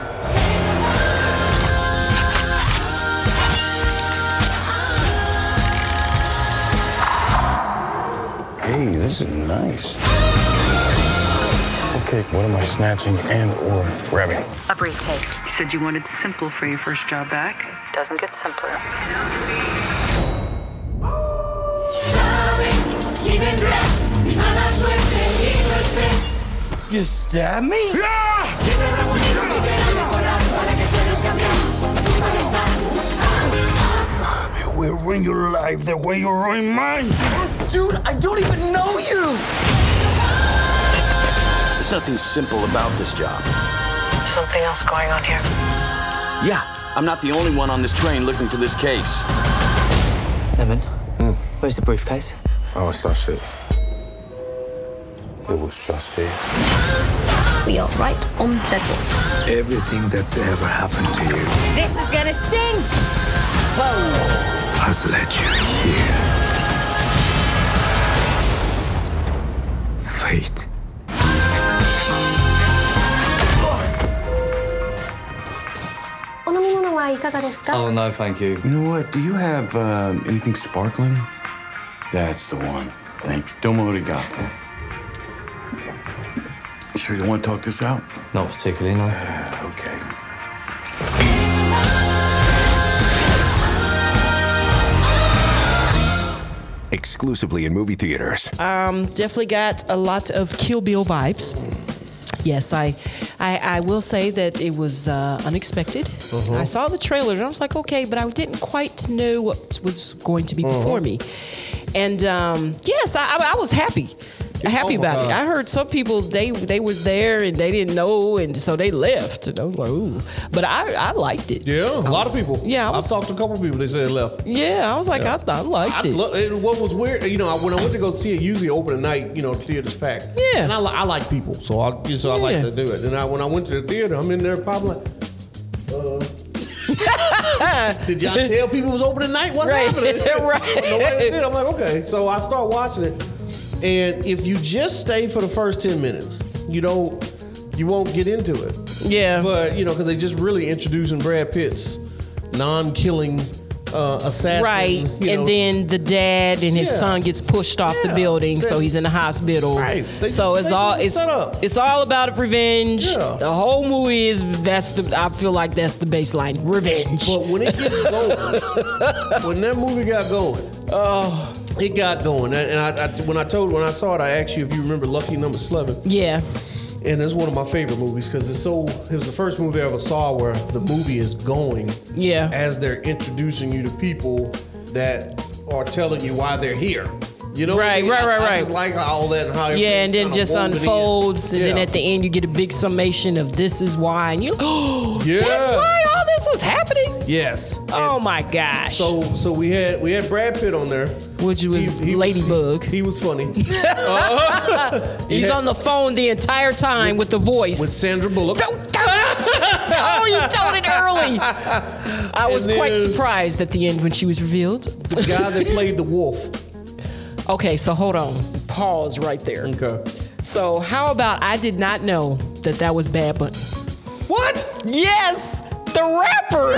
S12: Hey, this is nice. Okay, what am I snatching and or grabbing?
S13: A briefcase. You said you wanted simple for your first job back. Doesn't get simpler.
S12: You stab me? It will ruin your life the way you ruin mine.
S5: Dude, I don't even know you!
S12: There's nothing simple about this job.
S13: Something else going on here.
S12: Yeah, I'm not the only one on this train looking for this case.
S6: Lemon, where's the briefcase?
S8: Oh, it's that shit. It was just there.
S9: We are right on schedule.
S7: Everything that's ever happened to you
S9: This is gonna sting! Whoa!
S7: has led you here. Fate.
S9: Oh,
S12: no, thank you. You know what? Do you have um, anything sparkling? That's the one. Thank you. Domo arigato. You sure you want to talk this out? Not particularly, no. okay. exclusively in movie theaters.
S2: Um, definitely got a lot of Kill Bill vibes. Yes, I, I, I will say that it was uh, unexpected.
S3: Uh-huh.
S2: I saw the trailer and I was like, okay, but I didn't quite know what was going to be before
S3: Mhm.
S2: me. And um, yes, I, I, I was happy. Happy
S3: Oh my
S2: about it.
S3: God.
S2: I heard some people they they was there and they didn't know and so they left. And I was like, ooh. But I, I liked it.
S3: Yeah, a
S2: I
S3: lot
S2: was-
S3: of people.
S2: Yeah, I was,
S3: I've talked to a couple of people. They said left.
S2: Yeah, I was like, I, I liked
S3: I
S2: it.
S3: lo- and what was weird, you know, when I went to go see it, usually open at night, you know, the theater's packed.
S2: Yeah.
S3: and I, li- I like people, so I so I like
S2: Yeah.
S3: to do it. And I, when I went to the theater, I'm in there probably. like, Uh, did y'all tell people it was open at night? What's
S14: Right.
S3: happening?
S14: Right.
S3: Nobody did. I'm like, okay. So I start watching it, and if you just stay for the first ten minutes, you don't, you won't get into it.
S2: Yeah.
S3: But you know, because they just really introducing Brad Pitt's non-killing uh, assassin.
S2: right.
S3: you
S2: and
S3: know,
S2: then the dad and his
S3: Yeah.
S2: son gets pushed off the building, so
S3: Set-
S2: he's in the hospital. Right. so
S3: just
S2: it's
S3: set
S2: all
S3: up-
S2: it's
S3: set up.
S2: it's all about revenge. The whole movie is that's the I feel like that's the baseline revenge.
S3: But when it gets going, when that movie got going, oh, it got going. And, and I, I, when I told, when I saw it, I asked you if you remember Lucky Number Eleven.
S2: Yeah.
S3: And it's one of my favorite movies because it's so. It was the first movie I ever saw where the movie is going.
S2: Yeah.
S3: As they're introducing you to people that are telling you why they're here. You know. what I
S2: Right,
S3: mean?
S2: right,
S3: I-
S2: right,
S3: I
S2: right.
S3: just like all that and how.
S2: yeah, and
S3: everything's
S2: then
S3: kinda
S2: just
S3: woven in.
S2: unfolds, and then
S3: Yeah.
S2: at the end you get a big summation of this is why, and you oh
S3: Yeah.
S2: that's why all this was happening.
S3: Yes.
S2: Oh my gosh!
S3: So so we had we had Brad Pitt on there,
S2: which was Ladybug.
S3: He, was funny.
S2: He's
S3: Yeah.
S2: on the phone the entire time with, the voice. With
S3: Sandra Bullock.
S2: oh, you told it early. I was
S3: And
S2: quite
S3: then-
S2: surprised at the end when she was revealed. The
S3: guy that played the wolf.
S2: Okay, so hold on. Pause right there.
S3: Okay.
S2: So how about I did not know that that was Bad Bunny.
S3: What?
S2: Yes, the rapper.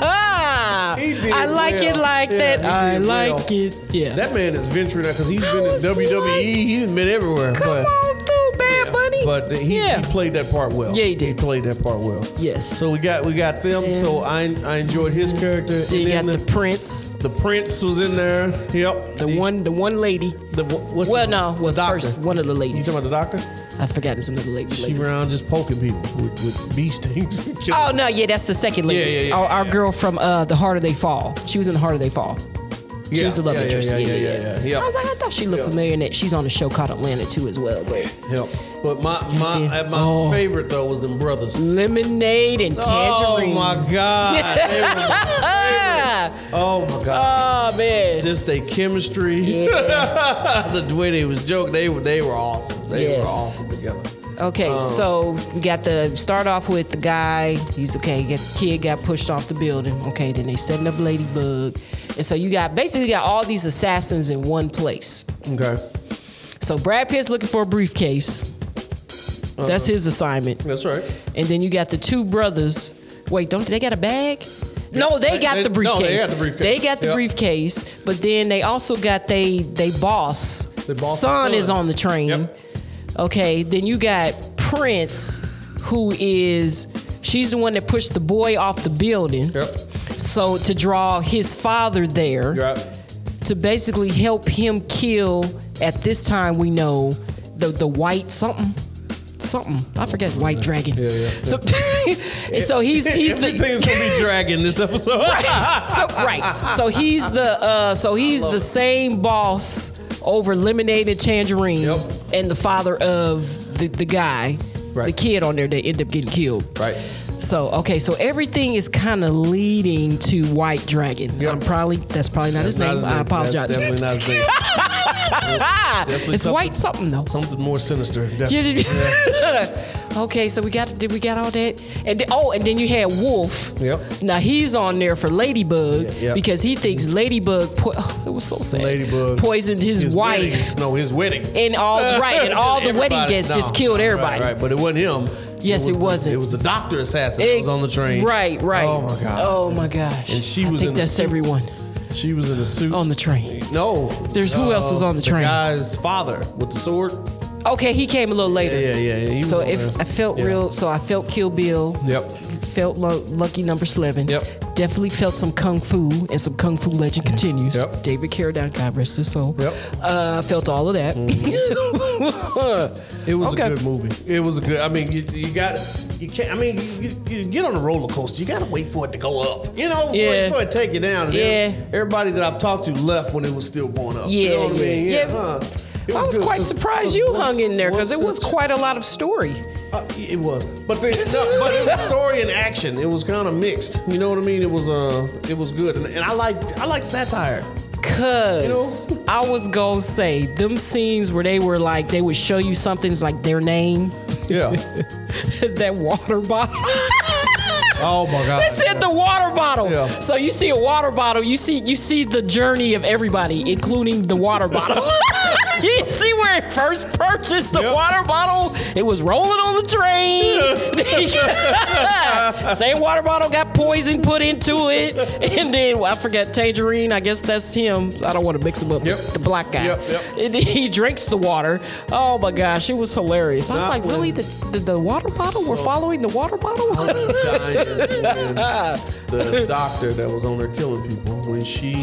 S2: Ah,
S3: He did
S2: I like
S3: well.
S2: it like
S3: Yeah,
S2: that.
S3: he
S2: I
S3: did well.
S2: like it. Yeah.
S3: That man is venturing out because he's been in
S2: was
S3: WWE.
S2: like,
S3: He's been everywhere.
S2: come
S3: but,
S2: on through, Bad Bunny.
S3: But he,
S2: Yeah.
S3: he played that part well.
S2: Yeah, he
S3: did. He played that part well.
S2: Yes.
S3: So we got we got them. So I I enjoyed his character.
S2: Then you
S3: And
S2: Mm-hmm. got the, prince.
S3: The prince was in there. Yep.
S2: The one the one lady.
S3: The what's
S2: Well,
S3: the-
S2: no, well,
S3: the doctor.
S2: first one of the ladies.
S3: You talking about the doctor?
S2: I forgot it's another lady.
S3: She
S2: later.
S3: around just poking people with, with bee stings. and killing
S2: Oh no, yeah, that's the second lady.
S3: Yeah, yeah, yeah,
S2: our, our girl from uh, the Harder They Fall. She was in the Harder They Fall. She
S3: Yeah,
S2: was the love
S3: yeah, yeah,
S2: interest.
S3: yeah, yeah, yeah, yeah.
S2: I was like, I thought she looked familiar, and that she's on a show called Atlanta too as well. But
S3: Yep. But my my uh, my
S2: Oh.
S3: favorite though was them brothers.
S2: lemonade and tangerine. Ah!
S3: Oh my god. They were
S2: my favorite.
S3: Oh my god.
S2: Oh man.
S3: Just their chemistry. the way they was joking, they were they were awesome. They were
S2: Yes.
S3: awesome together.
S2: Okay,
S3: Um,
S2: so you got the start off with the guy. He's okay. You got the kid got pushed off the building. Okay, then they setting up Ladybug, and so you got basically got all these assassins in one place.
S3: Okay.
S2: So Brad Pitt's looking for a briefcase. That's
S3: Uh-huh.
S2: his assignment.
S3: That's right.
S2: And then you got the two brothers. Wait, don't they got a bag? No, they
S3: They-
S2: got
S3: they-
S2: the
S3: no,
S2: briefcase.
S3: they got the briefcase.
S2: They got the
S3: Yep.
S2: briefcase, but then they also got they they boss.
S3: They boss's
S2: son, is
S3: son.
S2: on the train. Okay, then you got Prince, who is she's the one that pushed the boy off the building.
S3: Yep.
S2: So to draw his father there to basically help him kill at this time we know the the white something something I forget white dragon. Yeah, yeah. So, and so he's he's the
S3: Everything's gonna be dragging this episode.
S2: right. So right. So he's the uh, so he's the same boss over lemonade and tangerine and the father of the the guy, the kid on there. They end up getting killed.
S3: Right.
S2: So okay, so everything is kind of leading to White Dragon. I'm probably that's probably not,
S3: That's
S2: his,
S3: not
S2: name.
S3: his
S2: I
S3: name. That's
S2: apologize.
S3: definitely not his name. Definitely
S2: it's white something though.
S3: Something more sinister.
S2: Yeah,
S3: Definitely.
S2: did you- okay, so we got did we got all that? And then, oh, and then you had Wolf.
S3: Yep.
S2: Now he's on there for Ladybug
S3: yeah.
S2: because he thinks Ladybug po- oh, it was so sad.
S3: Ladybug
S2: poisoned his, wife.
S3: wedding. No, his wedding.
S2: And all right, and
S3: Just
S2: all the wedding
S3: everybody.
S2: guests just
S3: No,
S2: killed
S3: right,
S2: everybody.
S3: Right, but it wasn't him.
S2: Yes, it
S3: was the-
S2: wasn't.
S3: It was the doctor assassin that
S2: It-
S3: was on the train.
S2: Right, right.
S3: Oh my god.
S2: Oh my gosh.
S3: And she
S2: I
S3: was
S2: think
S3: in a
S2: that's
S3: suit.
S2: everyone.
S3: She was in a suit on
S2: the train.
S3: No, Uh,
S2: There's who else was on the train?
S3: The guy's father with the sword.
S2: Okay, he came a little later.
S3: Yeah, yeah, yeah, he was
S2: so
S3: on
S2: if
S3: there.
S2: I felt
S3: Yeah.
S2: real, so I felt Kill Bill.
S3: Yep.
S2: felt lo- Lucky Number Eleven.
S15: Yep.
S2: Definitely felt some kung fu and some kung fu legend continues.
S15: Yep.
S2: David Carradine, God rest his soul. Yep. Uh, felt all of that.
S15: Mm-hmm. It was
S2: Okay.
S15: a good movie. It was a good. I mean, you, you got you can't. I mean, you, you, you get on a roller coaster. You got to wait for it to go up.
S3: You know, before-
S15: Yeah.
S3: before it take you down. and then
S15: Yeah.
S3: Everybody that I've talked to left when it was still going up.
S2: Yeah,
S3: You know what I mean?
S2: yeah,
S3: Yeah.
S2: yeah.
S3: huh. It
S2: I was
S3: good.
S2: quite
S3: It
S2: surprised
S3: was-
S2: you
S3: was-
S2: hung in there because
S3: was
S2: it was
S3: good.
S2: quite a lot of story.
S3: Uh, it was, but the no, but it was story and action. It was kind of mixed. You know what I mean? It was uh, it was good, and, and I like I like satire.
S2: Cause I was gonna say them scenes where they were like they would show you something it's like their name.
S15: Yeah.
S2: that water bottle.
S15: Oh my God.
S2: They said the water bottle.
S15: Yeah.
S2: So you see a water bottle, you see you see the journey of everybody, including the water bottle. you see where it first purchased the water bottle. It was rolling on the train. Same water bottle got poison put into it, and then well, I forget Tangerine. I guess that's him. I don't want to mix him up. with The black guy.
S15: Yep, yep.
S2: And he drinks the water. Oh my gosh, it was hilarious. I was
S15: Not
S2: like,
S15: when-
S2: really, the, the, the water bottle? We're following the water bottle?
S3: The doctor that was on there killing people when she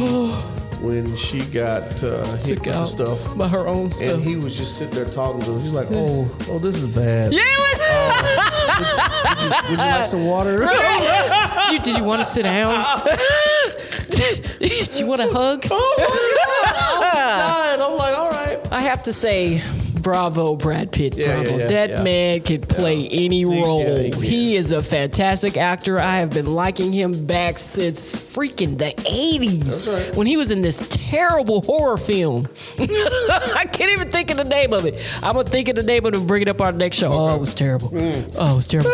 S3: when she got uh, hit
S2: Took
S3: with the
S2: out
S3: stuff
S2: by her own stuff.
S3: and he was just sitting there talking to her. He's like, oh, oh, this is bad.
S2: Yeah, it was.
S3: Oh. Would you like some water?
S2: Right. did, you, did you want to sit down? did you want a hug?
S3: God, I'm like, all right.
S2: I have to say, bravo, Brad Pitt.
S3: Yeah,
S2: bravo.
S3: yeah, yeah,
S2: that
S3: yeah.
S2: man could play any role. he, is a fantastic actor. I have been liking him back since freaking the 80s when he was in this terrible horror film. I can't even think of the name of it. I'm going to think of the name of it and bring it up on the next show. Oh, it was terrible.
S3: Mm.
S2: Oh, it was terrible.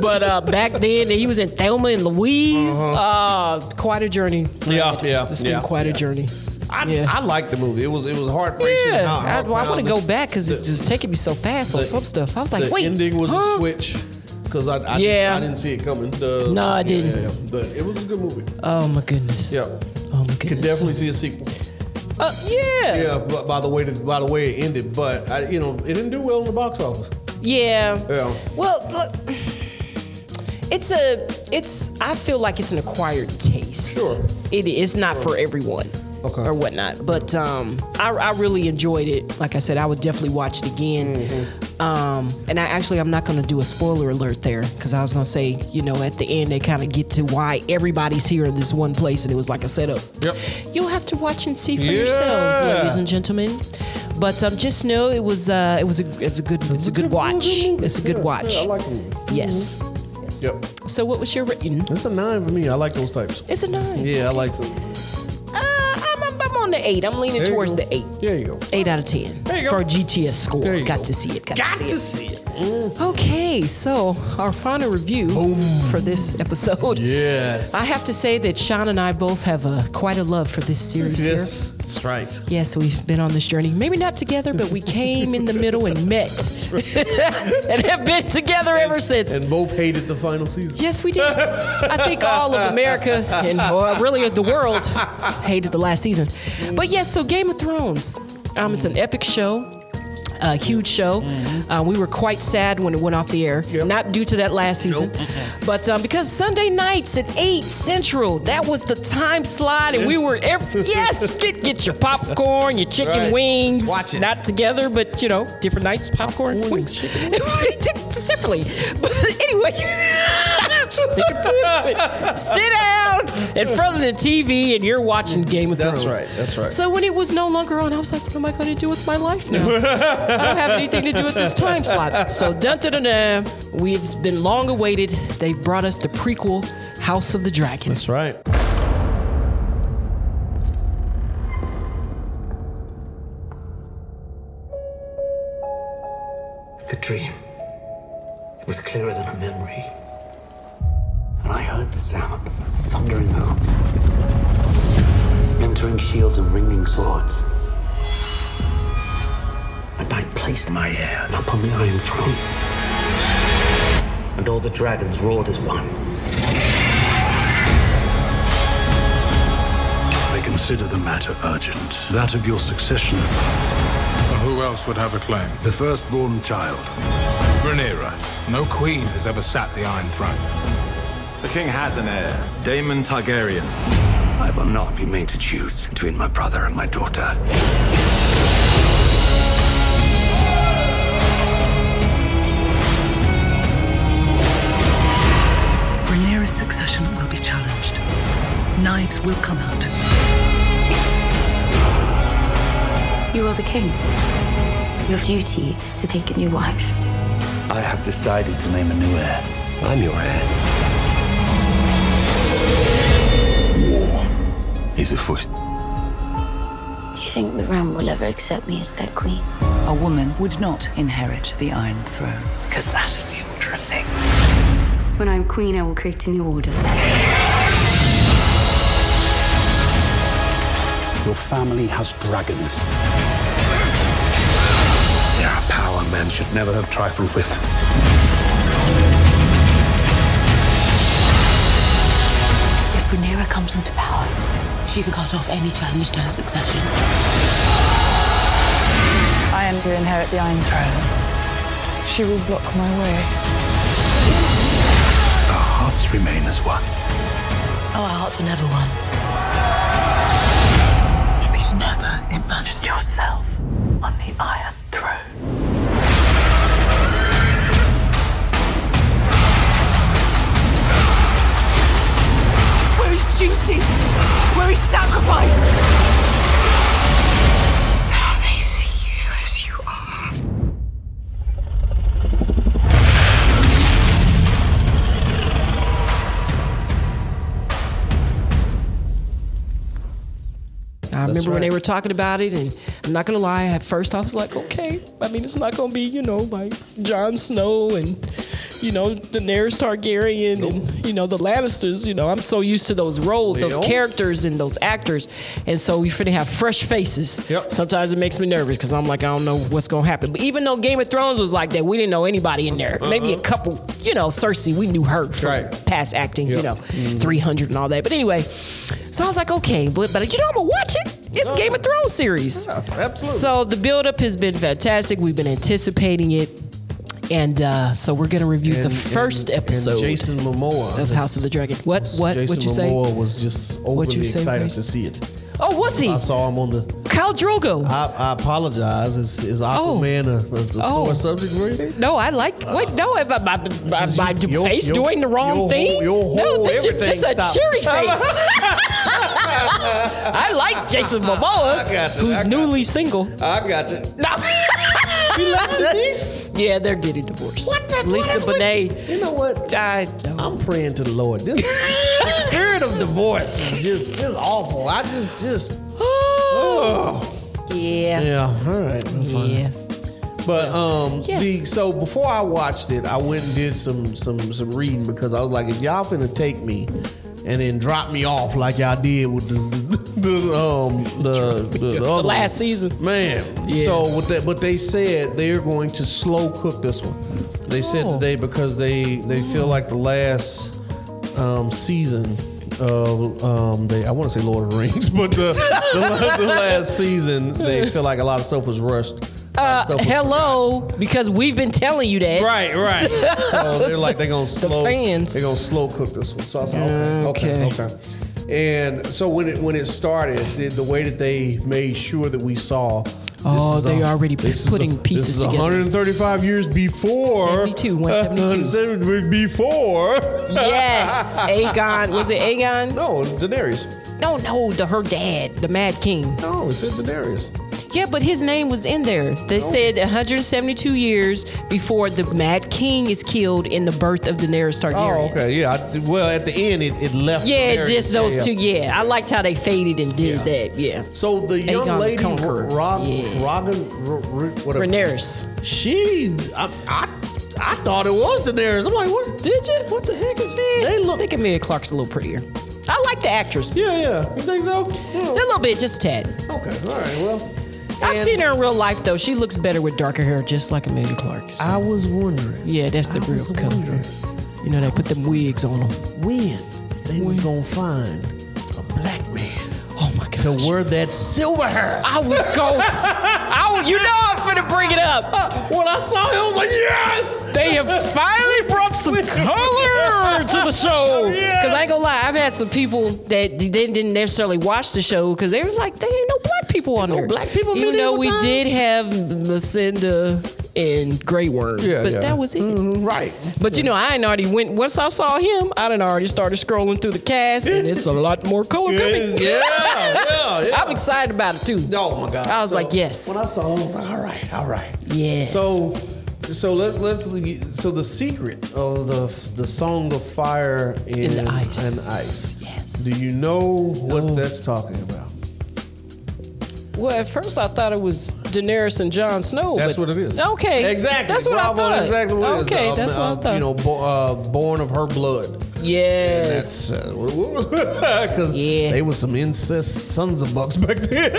S2: but uh, back then, he was in Thelma and Louise.
S3: Uh-huh.
S2: uh quite a journey.
S15: Yeah, yeah.
S2: It's
S15: yeah,
S2: been quite
S15: yeah.
S2: a journey.
S15: I,
S2: Yeah.
S15: I liked the movie. It was it was heartbreaking.
S2: Yeah,
S15: how-
S2: I,
S15: how
S2: want to
S15: profound
S2: go
S15: it-
S2: back because it was taking me so fast on
S3: the-
S2: some stuff. I was
S3: the
S2: like, wait,
S3: ending was
S2: huh?
S3: a switch because I, I,
S2: Yeah.
S3: I didn't see it coming. The-
S2: No, I
S3: yeah,
S2: didn't.
S3: yeah, yeah. But it was a good movie.
S2: Oh my goodness.
S3: Yeah,
S2: Oh my
S3: could
S2: goodness.
S3: definitely see a sequel.
S2: Uh, yeah.
S3: Yeah, but by the way, by the way it ended, but I, you know, it didn't do well in the box office.
S2: Yeah.
S3: Yeah.
S2: Well, look, it's a, it's. I feel like it's an acquired taste. Sure. It is not for everyone. Okay. Or whatnot, but um, I, I really enjoyed it. Like I said, I would definitely watch it again. Um, and I actually, I'm not going to do a spoiler alert there because I was going to say, you know, at the end they kind of get to why everybody's here in this one place, and it was like a setup.
S15: Yep.
S2: You'll have to watch and see for
S15: Yeah.
S2: yourselves, ladies and gentlemen. But um, just know it was uh, it was a it's a good it's a good watch. It's a good watch.
S3: Yeah, I like the movie.
S2: Yes.
S3: Yep.
S2: So what was your rating?
S3: It's a nine for me. I like those types.
S2: It's a nine.
S3: Yeah, I like them.
S2: Uh, I'm, I'm, I'm on the eight. I'm leaning
S3: There you
S2: towards
S3: go.
S2: the eight.
S3: There you go.
S2: Eight out of ten
S3: There you go.
S2: for a GTS score.
S3: There you
S2: Got
S3: go.
S2: to see it. Got,
S3: Got
S2: to
S3: to
S2: see it.
S3: see it. Mm.
S2: Okay, so our final review for this episode.
S3: Yes.
S2: I have to say that Sean and I both have a, quite a love for this series here.
S3: Yes, that's right.
S2: Yes, we've been on this journey. Maybe not together, but we came in the middle and met. and have been together ever since.
S3: And both hated the final season.
S2: Yes, we did. I think all of America and or really the world hated the last season. But yes, so Game of Thrones. Um, it's an epic show. A huge show. Uh, we were quite sad when it went off the air, not due to that last season, but um, because Sunday nights at eight central, that was the time slot, and we were every, yes, get get your popcorn, your chicken
S15: Right.
S2: wings,
S15: Watch it.
S2: not together, but you know, different nights, popcorn, wings, separately. But anyway, just thinking food spit. sit down in front of the TV and you're watching Game of
S3: That's
S2: Thrones.
S3: right, that's right.
S2: So when it was no longer on, I was like, what am I going to do with my life now? I don't have anything to do with this time slot. So dun dun dun dun. We've been long awaited. They've brought us the prequel, House of the Dragon.
S3: That's right.
S16: The dream it was clearer than a memory. And I heard the sound of thundering hooves, splintering shields, and ringing swords. And I placed my heir upon the Iron Throne. And all the dragons roared as one.
S17: I consider the matter urgent, that of your succession.
S18: Who else would have a claim?
S17: The firstborn child.
S18: Rhaenyra. No queen has ever sat the Iron Throne.
S19: The king has an heir, Daemon Targaryen.
S12: I will not be made to choose between my brother and my daughter.
S20: Rhaenyra's succession will be challenged. Knives will come out.
S6: You are the king. Your duty is to take a new wife.
S12: I have decided to name a new heir. I'm your heir.
S21: He's afoot.
S6: Do you think the realm will ever accept me as their queen?
S20: A woman would not inherit the Iron Throne. Because that is the order of things.
S6: When I'm queen, I will create a new order.
S21: Your family has dragons.
S12: There are power men should never have trifled with.
S6: If Rhaenyra comes into power, she can cut off any challenge to her succession.
S9: I am to inherit the Iron Throne. She will block my way.
S22: Our hearts remain as one.
S9: Our hearts were never one.
S20: You can never imagine yourself on the Iron Throne.
S9: Where is duty? Where is sacrifice?
S6: Now they see you as you are.
S2: I remember when
S6: right.
S2: they were talking about it, and I'm not gonna lie. At first, I was like, okay. I mean, it's not gonna be, you know, like Jon Snow and, you know, Daenerys Targaryen and you know the Lannisters. You know, I'm so used to those roles, those
S3: Well.
S2: characters, and those actors, and so we finna have fresh faces. Sometimes it makes me nervous because I'm like, I don't know what's gonna happen. But even though Game of Thrones was like that, we didn't know anybody in there. Maybe a couple, you know, Cersei, we knew her from past acting, you know,
S3: Mm-hmm.
S2: 300 and all that. But anyway, so I was like, okay, but, but you know, I'm gonna watch it. It's Game of Thrones series. absolutely. So the buildup has been fantastic. We've been anticipating it. And uh, so we're gonna review the
S3: And-
S2: first
S3: and- and
S2: episode
S3: Jason Momoa
S2: of
S3: was-
S2: House of the Dragon. What? What?
S3: Jason
S2: What'd you say?
S3: Momoa was just
S2: What'd you
S3: overly
S2: say,
S3: excited
S2: Rachel?
S3: to see it.
S2: Oh, was he?
S3: I saw him on the.
S2: Kyle Drogo.
S3: I, I apologize. Is, is Aquaman a, a, a
S2: Oh.
S3: sore subject for you?
S2: No, I like. What? No, am I- my, my, my
S3: Uh, your-
S2: face
S3: your-
S2: doing the wrong
S3: your
S2: thing?
S3: whole- your
S2: no,
S3: whole
S2: this, shit-
S3: everything
S2: this a
S3: stopped.
S2: cherry face. I like Jason Momoa,
S3: I got you,
S2: who's
S3: I got
S2: newly single.
S3: I got you.
S2: you love these? Yeah, they're getting divorced. What the? Lisa
S3: what is
S2: Bonet.
S3: You know what?
S2: I
S3: am praying to the Lord. This the spirit of divorce is just just awful. I just just oh.
S2: Yeah.
S3: Yeah. All right.
S2: Yeah.
S3: But um,
S2: Yes.
S3: the, so before I watched it, I went and did some some some reading because I was like, if y'all finna take me and then drop me off like y'all did with the the, um the the, the other one.
S2: last season,
S3: man.
S2: Yeah.
S3: So with that, but they said they're going to slow cook this one. They said
S2: Oh.
S3: today because they they feel like the last um, season of um, they I want to say Lord of the Rings, but the, the, la- the last season they feel like a lot of stuff was rushed. A lot of
S2: Uh,
S3: stuff was
S2: hello, because we've been telling you that.
S3: Right, right. so they're like they're gonna slow.
S2: fans.
S3: They're gonna slow cook this one. So I was like, okay, okay, okay. And so when it when it started, the, the way that they made sure that we saw.
S2: Oh, they already
S3: this is
S2: putting pieces
S3: this is
S2: together.
S3: 135 years before.
S2: 72, 172.
S3: 172 before.
S2: yes, Aegon. Was it Aegon?
S3: No, Daenerys.
S2: No, no, the her dad, the Mad King.
S3: No, it said Daenerys.
S2: Yeah, but his name was in there. They said 172 years before the Mad King is killed in the birth of Daenerys
S3: Oh,
S2: Targaryen.
S3: okay, yeah. I, well, at the end, it, it left.
S2: Yeah,
S3: Daenerys.
S2: just those
S3: Yeah,
S2: two.
S3: yeah.
S2: Yeah, I liked how they faded and did that. Yeah.
S3: So the young
S2: Aegon the
S3: lady,
S2: Conqueror.
S3: Rog, Rogan, R- R- whatever.
S2: Rhaenyra's.
S3: She, I, I, I thought it was Daenerys. I'm like, what?
S2: Did you?
S3: What the heck is they look?
S2: I think Amelia Clark's a little prettier. I like the actress.
S3: Yeah, yeah. You think so? Yeah.
S2: A little bit, just a tad.
S3: Okay, all right. Well,
S2: I've seen her in real life though. She looks better with darker hair, just like Amelia Clark. So,
S3: I was wondering
S2: yeah, that's the
S3: I
S2: real
S3: was
S2: color. You know, they put them wigs on them.
S3: when they was gonna find a black man
S2: Oh my god.
S3: to wear that silver hair.
S2: I was gonna. s- I was- you know I'm finna bring it up.
S3: Uh, when I saw it, I was like, yes.
S2: They have finally brought some color to the
S3: Oh,
S2: show. Because I ain't gonna lie, I've had some people that d- didn't, didn't necessarily watch the show because they was like, there ain't no black people on there.
S3: black people
S2: Even though
S3: medieval
S2: we
S3: times?
S2: did have Lucinda and Grey Worm.
S3: Yeah,
S2: but
S3: yeah.
S2: that was it.
S3: Mm-hmm. Mm, right.
S2: But you know, I ain't already went. Once I saw him, I done already started scrolling through the cast, and it's a lot more color coming.
S3: yeah, yeah, yeah.
S2: I'm excited about it too.
S3: Oh my God.
S2: I was
S3: So,
S2: like, yes.
S3: When I saw him, I was like, all right, all right.
S2: Yes.
S3: So, so let, let's so the secret of the the song of fire and,
S2: And ice. Oh.
S3: ice. Yes. Do you know what that's talking about?
S2: Well, at first I thought it was Daenerys and Jon Snow.
S3: That's
S2: but-
S3: what it is.
S2: Okay,
S3: Exactly.
S2: That's what
S3: Bravo,
S2: I thought.
S3: Exactly what it is.
S2: okay,
S3: Um,
S2: that's what I
S3: um,
S2: thought.
S3: You know, bo- uh, born of her blood.
S2: yes.
S3: Because uh, they were some incest sons of bucks back then.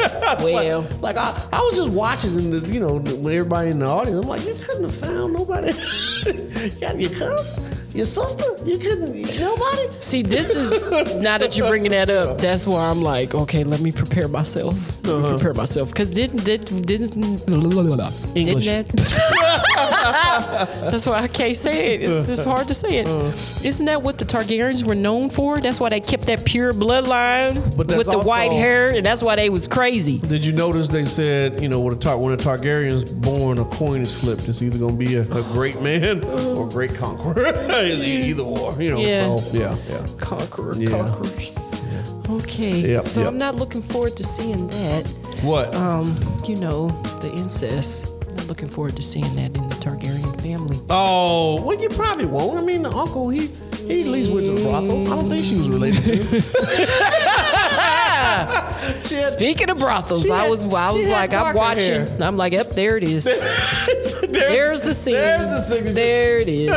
S3: well, like, like, I, I was just watching, and the, you know, when everybody in the audience, I'm like, you couldn't have found nobody. you got your cousin, your sister, you couldn't, nobody.
S2: See, this is now that you're bringing that up. That's where I'm like, okay, let me prepare myself. Let me prepare myself because didn't did, didn't English. Didn't that, that's why I can't say it. It's just hard to say it. Isn't that what the Targaryens were known for? That's why they kept that pure bloodline
S3: But that's
S2: with the white
S3: also-
S2: hair, and that's why they was crazy.
S15: Did you notice they said, you know, when a, Tar- when a Targaryen's born, a coin is flipped. It's either going to be a, a great man or a great conqueror. It's e- either or, you know.
S2: Uh-huh. Yeah.
S15: So, yeah, yeah.
S2: Conqueror,
S15: Yeah.
S2: conquerors. Okay.
S15: Yep,
S2: so
S15: yep.
S2: I'm not looking forward to seeing that.
S15: What?
S2: Um, you know, the incest. I'm not looking forward to seeing that in the Targaryen family.
S3: Oh, well, you probably won't. I mean, the uncle, he he at least went to the brothel. I don't think she was related to him. She had-
S2: Speaking of brothels,
S3: she
S2: I
S3: had-
S2: was I
S3: she
S2: was
S3: had
S2: like I'm
S3: darker
S2: watching.
S3: hair.
S2: and I'm like, yep, there it is.
S3: there's,
S2: There's the scene.
S3: There's the signature.
S2: There it is.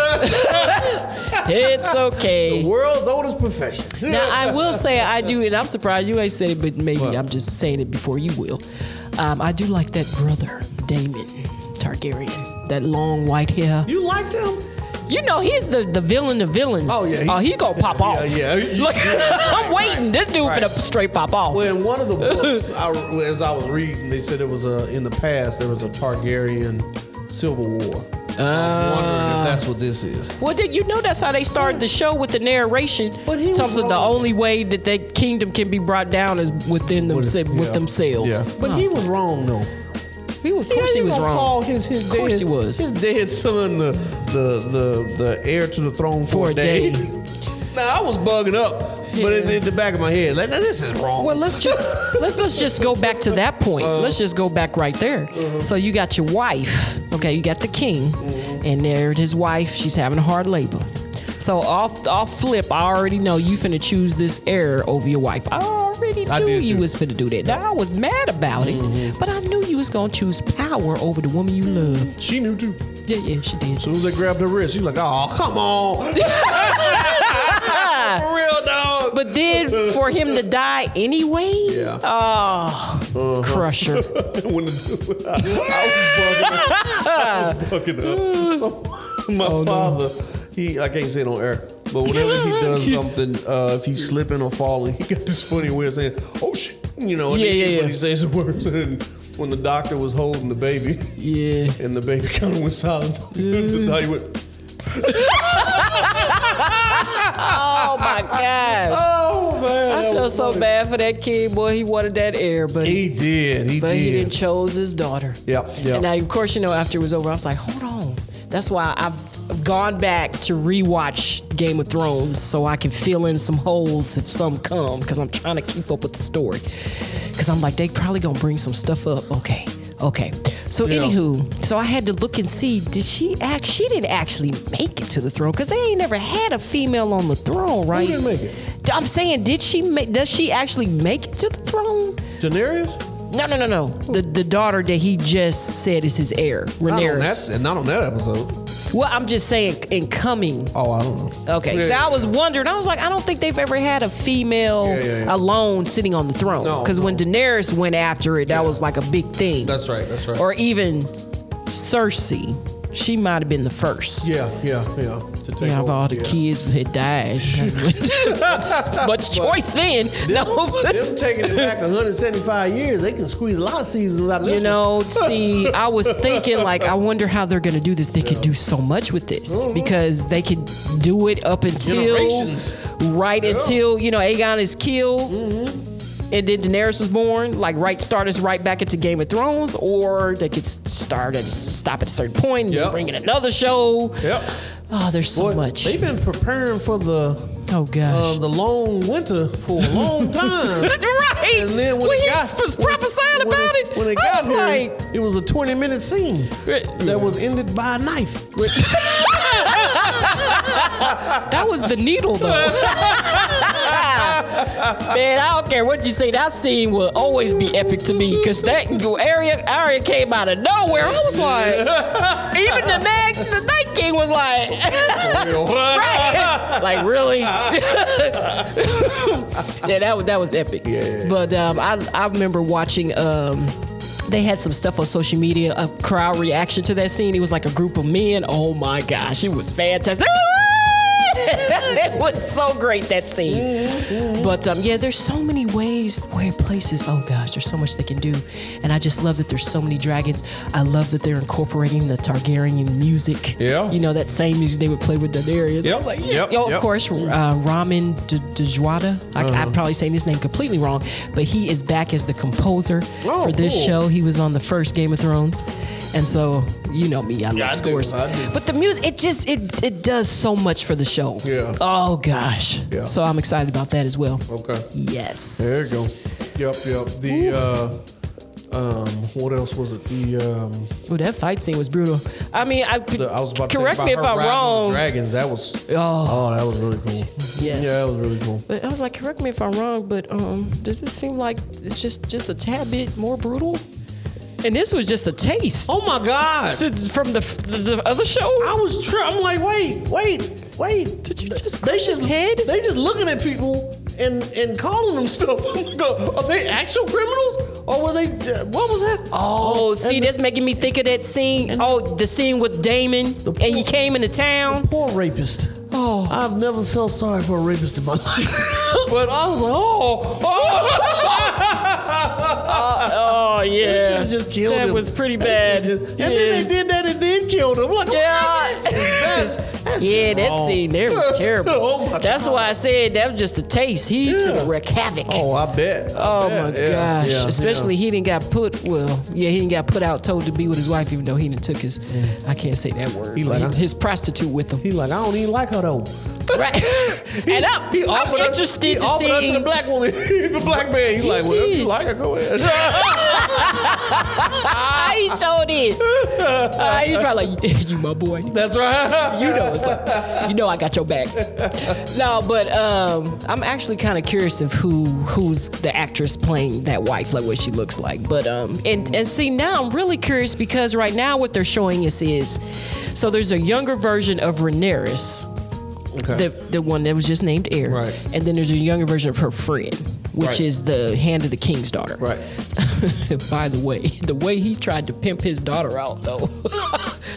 S2: it's okay.
S3: The world's oldest profession.
S2: now I will say I do, and I'm surprised you ain't said it, but maybe I'm just saying it before you will. Um, I do like that brother, Damon Targaryen. That long white hair.
S3: You liked him?
S2: You know he's the, the villain of villains.
S3: Oh, yeah, he-
S2: he, oh, he gonna pop off.
S3: yeah, he-
S2: Look, I'm waiting. This dude
S3: right.
S2: for finna straight pop off.
S3: Well, in one of the books, I, as I was reading, they said it was a in the past there was a Targaryen civil war. So I'm
S2: Ah.
S3: wondering if that's what this is.
S2: Well, did you know that's how they started the show with the narration? But he
S3: was
S2: Thompson, the
S3: wrong.
S2: only way that the kingdom can be brought down is within them, with,
S3: yeah.
S2: themselves.
S3: But he was wrong though.
S2: he was, of course,
S3: Yeah,
S2: he
S3: you
S2: was
S3: gonna
S2: wrong.
S3: Call his, his
S2: Of course
S3: dead,
S2: he was.
S3: His dead son, the the the, the heir to the throne for,
S2: For a day.
S3: now I was bugging up, but in, in the back of my head, like "Now, this is wrong.
S2: Well, let's just let's let's just go back to that point.
S3: Uh-huh.
S2: let's just go back right there. So you got your wife, okay? You got the king,
S3: Uh-huh.
S2: and there his wife. She's having a hard labor. So off off flip, I already know you finna choose this heir over your wife. I already knew
S3: I did
S2: you
S3: too. Mm-hmm.
S2: was finna do that. Now I was mad about it, but I knew you was gonna choose power over the woman you love.
S3: she knew too.
S2: Yeah, yeah, she did.
S3: As soon as they grabbed her wrist, she's like, "Oh, come on, For real dog."
S2: But then for him to die anyway,
S3: Yeah. Uh-huh.
S2: oh, crusher.
S3: when the, I, was bugging up. I was bugging up. So, my
S2: Oh,
S3: father, he I can't say it on air, but whenever he does something, uh, if he's slipping or falling, he got this funny way of saying, "Oh shit," you know. And
S2: Yeah,
S3: he,
S2: yeah, yeah.
S3: When he says the words, and when the doctor was holding the baby,
S2: Yeah.
S3: and the baby kind of went silent, the doctor went,
S2: Oh my gosh.
S3: "Oh man."
S2: I
S3: that
S2: feel
S3: was
S2: so
S3: funny."
S2: bad for that kid. Boy, he wanted that air, but
S3: He did. He
S2: but
S3: did.
S2: he didn't chose his daughter.
S3: Yep, yep.
S2: And I, of course, you know, after it was over, I was like, hold on. That's why I've gone back to rewatch Game of Thrones so I can fill in some holes if some come because I'm trying to keep up with the story. Because I'm like, they probably gonna bring some stuff up. Okay, okay. So
S3: Yeah.
S2: anywho, so I had to look and see. Did she act? She didn't actually make it to the throne because they ain't never had a female on the throne, right?
S3: didn't make it?
S2: I'm saying, did she make? Does she actually make it to the throne?
S3: Daenerys?
S2: No, no, no, no. The the daughter that he just said is his heir,
S3: Not on,
S2: Rhaenyra.
S3: that, not on that episode.
S2: Well, I'm just saying, in coming.
S3: Oh, I don't know.
S2: Okay, so I was wondering. I was like, I don't think they've ever had a female
S3: Yeah, yeah, yeah.
S2: alone sitting on the throne.
S3: No,
S2: Because when Daenerys went after it, that was like a big thing.
S3: That's right. That's right.
S2: Or even Cersei. She might have been the first.
S3: Yeah, yeah, yeah. To take
S2: yeah, of
S3: over,
S2: all the
S3: yeah.
S2: kids had died. Much choice then.
S3: Them, them taking it back 175 years, they can squeeze a lot of seasons out of this.
S2: You know, see, I was thinking like, I wonder how they're gonna do this. They could do so much with this because they could do it up until
S3: Generations.
S2: right
S3: Yeah. Mm-hmm.
S2: until you know Aegon is killed. And then Daenerys is born, like right start us right back into Game of Thrones, or they could s- start at stop at a certain point and
S3: Yep.
S2: then bring in another show.
S3: Yep.
S2: Oh, there's so
S3: Boy,
S2: much.
S3: They've been Um, preparing for the uh,
S2: oh gosh
S3: the long winter for a long time.
S2: That's right.
S3: And then when
S2: When
S3: it
S2: he
S3: got,
S2: was
S3: when-
S2: prophesying
S3: when
S2: about it,
S3: when it
S2: I
S3: got
S2: was
S3: here,
S2: like-
S3: it was a twenty minute scene that was ended by a knife.
S2: That was the needle, though. Man, I don't care what you say. That scene will always be epic to me because that area area came out of nowhere. I was like, even the mag, the Night King was like, right? like really? yeah, that was that was epic. But um, I I remember watching. Um, they had some stuff on social media, a crowd reaction to that scene. It was like a group of men. Oh my gosh, it was fantastic. it was so great that scene. But um, yeah, there's so many ways where places. Oh gosh, there's so much they can do, and I just love that there's so many dragons. I love that they're incorporating the Targaryen music.
S3: Yeah.
S2: you know that same music they would play with Daenerys.
S3: Yep,
S2: I'm like, yeah.
S3: yep,
S2: Yo,
S3: yep.
S2: of course, uh, Ramin D- Djawada. I,
S3: Uh-huh.
S2: I'm probably saying his name completely wrong, but he is back as the composer
S3: Oh,
S2: for this
S3: cool.
S2: show. He was on the first Game of Thrones, and so you know me, I love
S3: Yeah, I do,
S2: scores.
S3: I do.
S2: But the music, it just it it does so much for the show.
S3: Yeah.
S2: Oh gosh.
S3: Yeah.
S2: So I'm excited about that as well.
S3: Okay.
S2: Yes.
S3: There you go. Yep, yep. The uh, um, what else was it? The um,
S2: Ooh, that fight scene was brutal. I mean, I,
S3: the I was about to
S2: correct
S3: say,
S2: me if
S3: about
S2: I'm
S3: her riding on the
S2: wrong.
S3: Dragons. That was oh. that was really cool.
S2: Yes.
S3: Yeah, that was really cool.
S2: But I was like, correct me if I'm wrong, but um, does it seem like it's just just a tad bit more brutal? And this was just a taste.
S3: Oh my God!
S2: Since- from the, the the other show.
S3: I was tri- I'm like, wait, wait, wait.
S2: Did you just
S3: they
S2: crush his head?
S3: They just looking at people and and calling them stuff. I'm like, uh, are they actual criminals or were they? uh, What was that?
S2: Oh, see,
S3: and-
S2: that's making me think of that scene. Oh, the scene with Damon, and he came into town.
S3: Poor rapist. Oh, I've never felt sorry for a rapist in my life. but I was like, oh, oh.
S2: Oh
S3: They
S2: yeah,
S3: should've just killed
S2: that
S3: him.
S2: was pretty
S3: They
S2: bad.
S3: should've just- and then they did that and then killed him. Like, oh
S2: Yeah.
S3: that's, that's
S2: yeah,
S3: just
S2: that
S3: wrong.
S2: scene there was terrible.
S3: Oh, my
S2: That's
S3: God.
S2: why I said that was just a taste. He's
S3: Yeah.
S2: gonna wreak havoc.
S3: Oh, I bet. I
S2: Oh
S3: bet.
S2: my
S3: Yeah,
S2: gosh!
S3: yeah,
S2: Especially
S3: yeah.
S2: he didn't got put. Well, yeah, he didn't got put out, told to be with his wife, even though he didn't took his. I can't say that word.
S3: He like,
S2: but his prostitute with him.
S3: He like, I don't even like her though.
S2: Right. and I'm,
S3: He
S2: I'm
S3: offered
S2: interested
S3: her, he
S2: to
S3: offered her
S2: see-
S3: to the black woman, the black man. He,
S2: He
S3: like, well, if you
S2: did.
S3: like her, go ahead.
S2: he showed it. Uh, he's probably like, you my boy.
S3: That's right.
S2: You know, it's like, you know, I got your back. No, but um, I'm actually kind of curious of who who's the actress playing that wife, like what she looks like. But um, and and see now I'm really curious because right now what they're showing us is, so there's a younger version of Rhaenyra the the one that was just named Air.
S3: Right.
S2: And then there's a younger version of her friend, which
S3: Right.
S2: is the hand of the king's daughter. Right. By the way, the way he tried to pimp his daughter out though.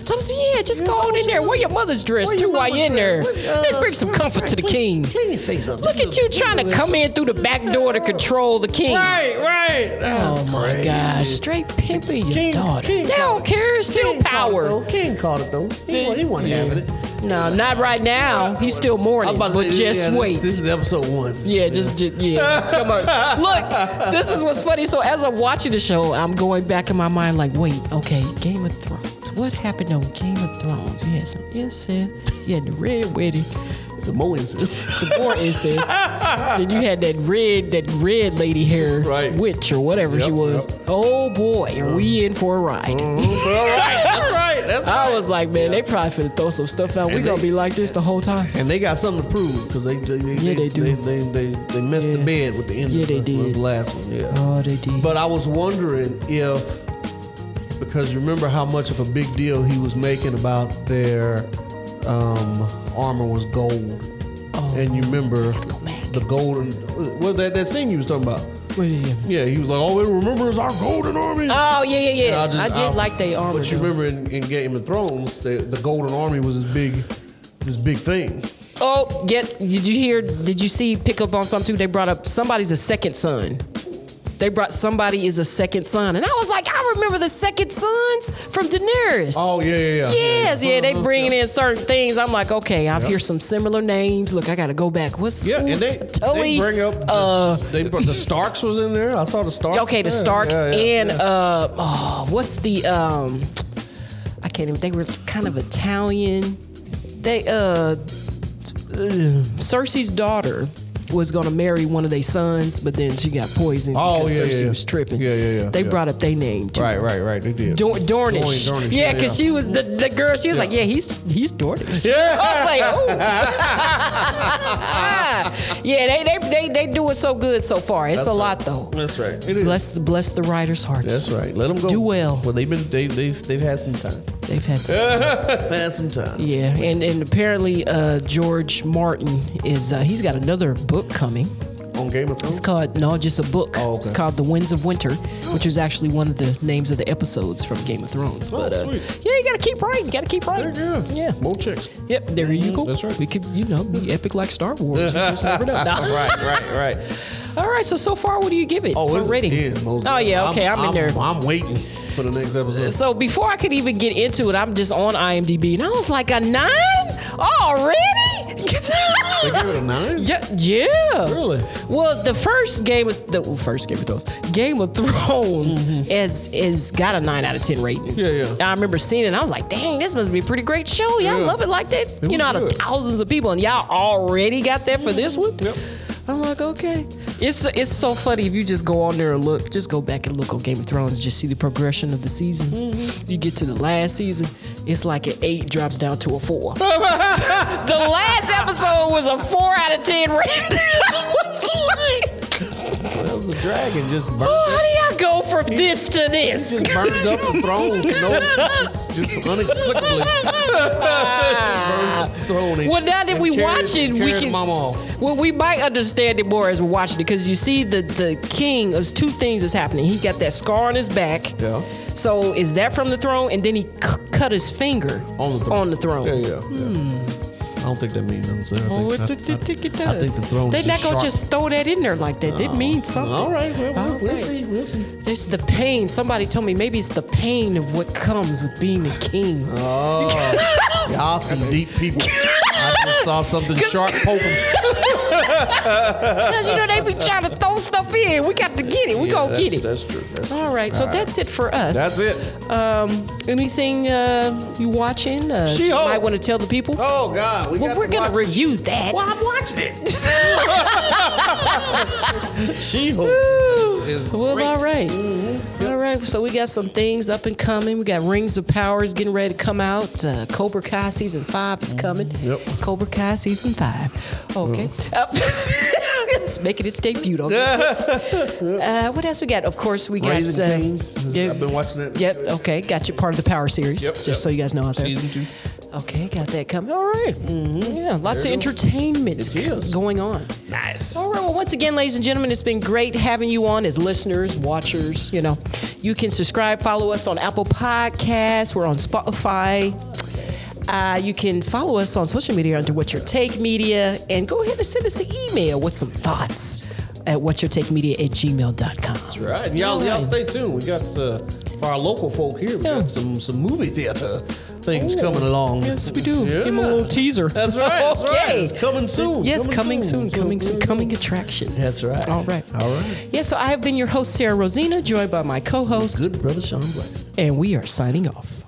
S2: so I'm saying, yeah, just go on in there. Wear your mother's dress
S3: Where
S2: too
S3: your
S2: while
S3: mama
S2: you're in there.
S3: dress? What, uh,
S2: Bring some comfort to the king.
S3: clean- Clean your face up.
S2: Look at you trying to come in through the back door to control the king.
S3: Right, right. That's
S2: Oh my
S3: crazy.
S2: gosh, straight pimping your daughter. they don't
S3: caught it.
S2: care, still
S3: King caught it,
S2: power.
S3: though. King caught it though. He, wa- he wasn't having it.
S2: No, not right now. He's still
S3: I'm
S2: mourning.
S3: about to
S2: But
S3: say,
S2: just
S3: yeah,
S2: wait.
S3: This, this is episode one.
S2: Yeah, just, ju- yeah. Come on. Look, this is what's funny. So as I'm watching the show, I'm going back in my mind like, wait, okay, Game of Thrones. What happened on Game of Thrones? You had some incest. You had the red wedding.
S3: Some more incidents.
S2: Some more incest. then you had that red, that red lady hair
S3: Right.
S2: witch or whatever she
S3: Yep, Uh-huh.
S2: was. Oh boy, are we in for a ride?
S3: All right, that's right. That's right.
S2: I was like, man, they probably finna throw some stuff out. we
S3: And
S2: gonna
S3: they-
S2: be like this the whole time.
S3: And they got something to prove because they they they,
S2: Yeah, they do.
S3: they they they they messed the bed with the end
S2: Yeah,
S3: of
S2: they
S3: the, with
S2: did.
S3: the last one. Yeah.
S2: Oh, they did.
S3: But I was wondering if because remember how much of a big deal he was making about their um, armor was
S2: Oh.
S3: gold, and you remember the golden well that that scene you was talking about Yeah, he was like, all we remember is our golden army.
S2: Oh yeah, yeah,
S3: And
S2: yeah. I,
S3: just-
S2: did like they armor.
S3: But you
S2: though.
S3: remember in, in Game of Thrones, the, the golden army was this big, this big thing.
S2: Oh, get did you hear? Did you see? Pick up on something too. They brought up somebody's a second son. They brought somebody is a second son, and I was like, I remember the second sons from Daenerys.
S3: Oh yeah, yeah, yeah.
S2: Yes, yeah, they
S3: Uh-huh.
S2: bringing in certain things. I'm like, okay, I
S3: Yeah.
S2: hear some similar names. Look, I gotta go back. What's
S3: Yeah, and they,
S2: Scoot, Tully?
S3: they bring up the,
S2: uh,
S3: they brought the Starks was in there. I saw the Starks.
S2: okay, the
S3: Yeah,
S2: Starks
S3: yeah, yeah,
S2: and
S3: yeah.
S2: uh, oh, what's the um, I can't even. They were kind of Italian. They uh, Cersei's daughter was gonna marry one of their sons, but then she got poisoned
S3: oh
S2: because
S3: yeah,
S2: Cersei
S3: yeah.
S2: was tripping.
S3: Yeah, yeah, yeah.
S2: They
S3: yeah.
S2: brought up their name too.
S3: Right, right, right. They did.
S2: Dor- Dornish.
S3: Dorn- Dornish,
S2: Yeah, because she was the, the girl. She was like, yeah, he's he's Dornish. Yeah. I was like, oh. yeah, they, they they they doing so good so far. It's
S3: That's
S2: a
S3: right.
S2: lot though.
S3: That's right.
S2: Bless the bless the writers' hearts.
S3: That's right. Let them go.
S2: Do well.
S3: Well, they've been they they've, they've had some time.
S2: They've had some
S3: time. had some time.
S2: Yeah, and and apparently uh, George Martin is uh, he's got another book coming.
S3: On Game of Thrones.
S2: It's called no, just a book.
S3: Oh,
S2: It's called The Winds of Winter, which is actually one of the names of the episodes from Game of Thrones.
S3: Oh,
S2: But uh, yeah, you gotta keep writing. You gotta keep writing. Yeah.
S3: More chicks.
S2: Yep. There
S3: Mm-hmm.
S2: you go. That's right. We could, you know, be epic like Star Wars. You just never know.
S3: right, right, right.
S2: All right. So so far, what do you give it?
S3: Oh,
S2: for
S3: it's a
S2: rating?
S3: 10, most
S2: Oh yeah.
S3: definitely.
S2: Okay, I'm, in there.
S3: I'm waiting for the next episode.
S2: So before I could even get into it, I'm just on IMDb, and I was like, a nine already?
S3: They give it a nine?
S2: Yeah, yeah.
S3: Really?
S2: Well, the first game of the well, first Game of Thrones, Game of Thrones,
S3: Mm-hmm.
S2: is is got a nine out of ten rating. Yeah, yeah. I remember seeing it. and I was like, dang, this must be a pretty great show. Y'all
S3: Yeah.
S2: love it like that.
S3: It
S2: you know, out
S3: was
S2: of
S3: good.
S2: thousands of people, and y'all already got that for this one. Yep. I'm like, okay. It's it's so funny if you just go on there and look, just go back and look on Game of Thrones, just see the progression of the seasons. You get to the last season, it's like an eight drops down to a four. the last episode was a four out of ten rating. I was like, oh,
S3: That was a dragon just burned.
S2: how do y'all go from this to this?
S3: Just burned up the throne for no, just, just unexplicably. just burned up the throne. and-
S2: Well, now that
S3: and
S2: we
S3: carried-
S2: watch it, we
S3: carried
S2: can.
S3: Mama off.
S2: Well, we might understand it more as we're watching it because you see the the king. There's two things that's happening. He got that scar on his back.
S3: Yeah.
S2: So is that from the throne? And then he c- cut his finger
S3: On the throne.
S2: On the throne. Hmm.
S3: Yeah, yeah. yeah. I don't think that means nothing. sir. I
S2: Oh,
S3: think-
S2: it's
S3: I-
S2: a,
S3: I-
S2: it, it
S3: I think
S2: does.
S3: the throne.
S2: They're
S3: is
S2: not gonna
S3: sharp.
S2: just throw that in there like that. It means something.
S3: All right, well, we'll-
S2: All
S3: we'll
S2: right.
S3: see, we'll see.
S2: There's the pain. Somebody told me maybe it's the pain of what comes with being a king.
S3: Uh. Oh, y'all some deep people. I just saw something sharp poking.
S2: Because you know they be trying to throw stuff in. We got to get it. We
S3: Yeah,
S2: gonna get
S3: that's-
S2: it.
S3: That's true. That's
S2: All right, so
S3: All right.
S2: that's it for us.
S3: That's it.
S2: Um, anything uh, you watching? Uh,
S3: She-Hulk.
S2: you might want to tell the people.
S3: Oh God, we
S2: well,
S3: got
S2: we're
S3: to
S2: gonna
S3: watch-
S2: review that.
S3: Well, I watched it. she Hulk is, is
S2: Well,
S3: great. Mm-hmm.
S2: all right. All right. So we got some things up and coming. We got Rings of Power is getting ready to come out. Uh, Cobra Kai season five is coming.
S3: Mm-hmm.
S2: Yep. Cobra Kai season five. Okay. Uh, it's making its debut. On Netflix. uh, what else we got? Of course, we got.
S3: Raising
S2: uh,
S3: Cain. This-
S2: yeah.
S3: I've been watching that.
S2: Yep. Okay. Got you part of the Power series.
S3: Yep,
S2: just
S3: yep.
S2: so you guys know out there.
S3: Season two.
S2: Okay. Got that coming. All right. Yeah. Lots
S3: Mm-hmm. There
S2: of
S3: you go.
S2: entertainment
S3: It is.
S2: going on.
S3: Nice.
S2: All right. Well, once again, ladies and gentlemen, it's been great having you on as listeners, watchers. You know, you can subscribe, follow us on Apple Podcasts. We're on Spotify. Uh, you can follow us on social media under What's Your Take Media and go ahead and send us an email with some thoughts at whatyourtakemedia at gmail.com. That's
S3: All right, and y'all, y'all stay tuned. We got uh, for our local folk here. We got some some movie theater things coming along.
S2: Yes, we do.
S3: Yeah.
S2: Give them a little teaser.
S3: That's right. That's right.
S2: Okay.
S3: It's coming soon.
S2: Yes, coming soon. Coming soon. Coming attractions.
S3: That's right.
S2: All right.
S3: All right.
S2: Yeah, so I have been your host, Sarah Rosina, joined by my co host,
S3: Good brother Sean Black.
S2: and we are signing off.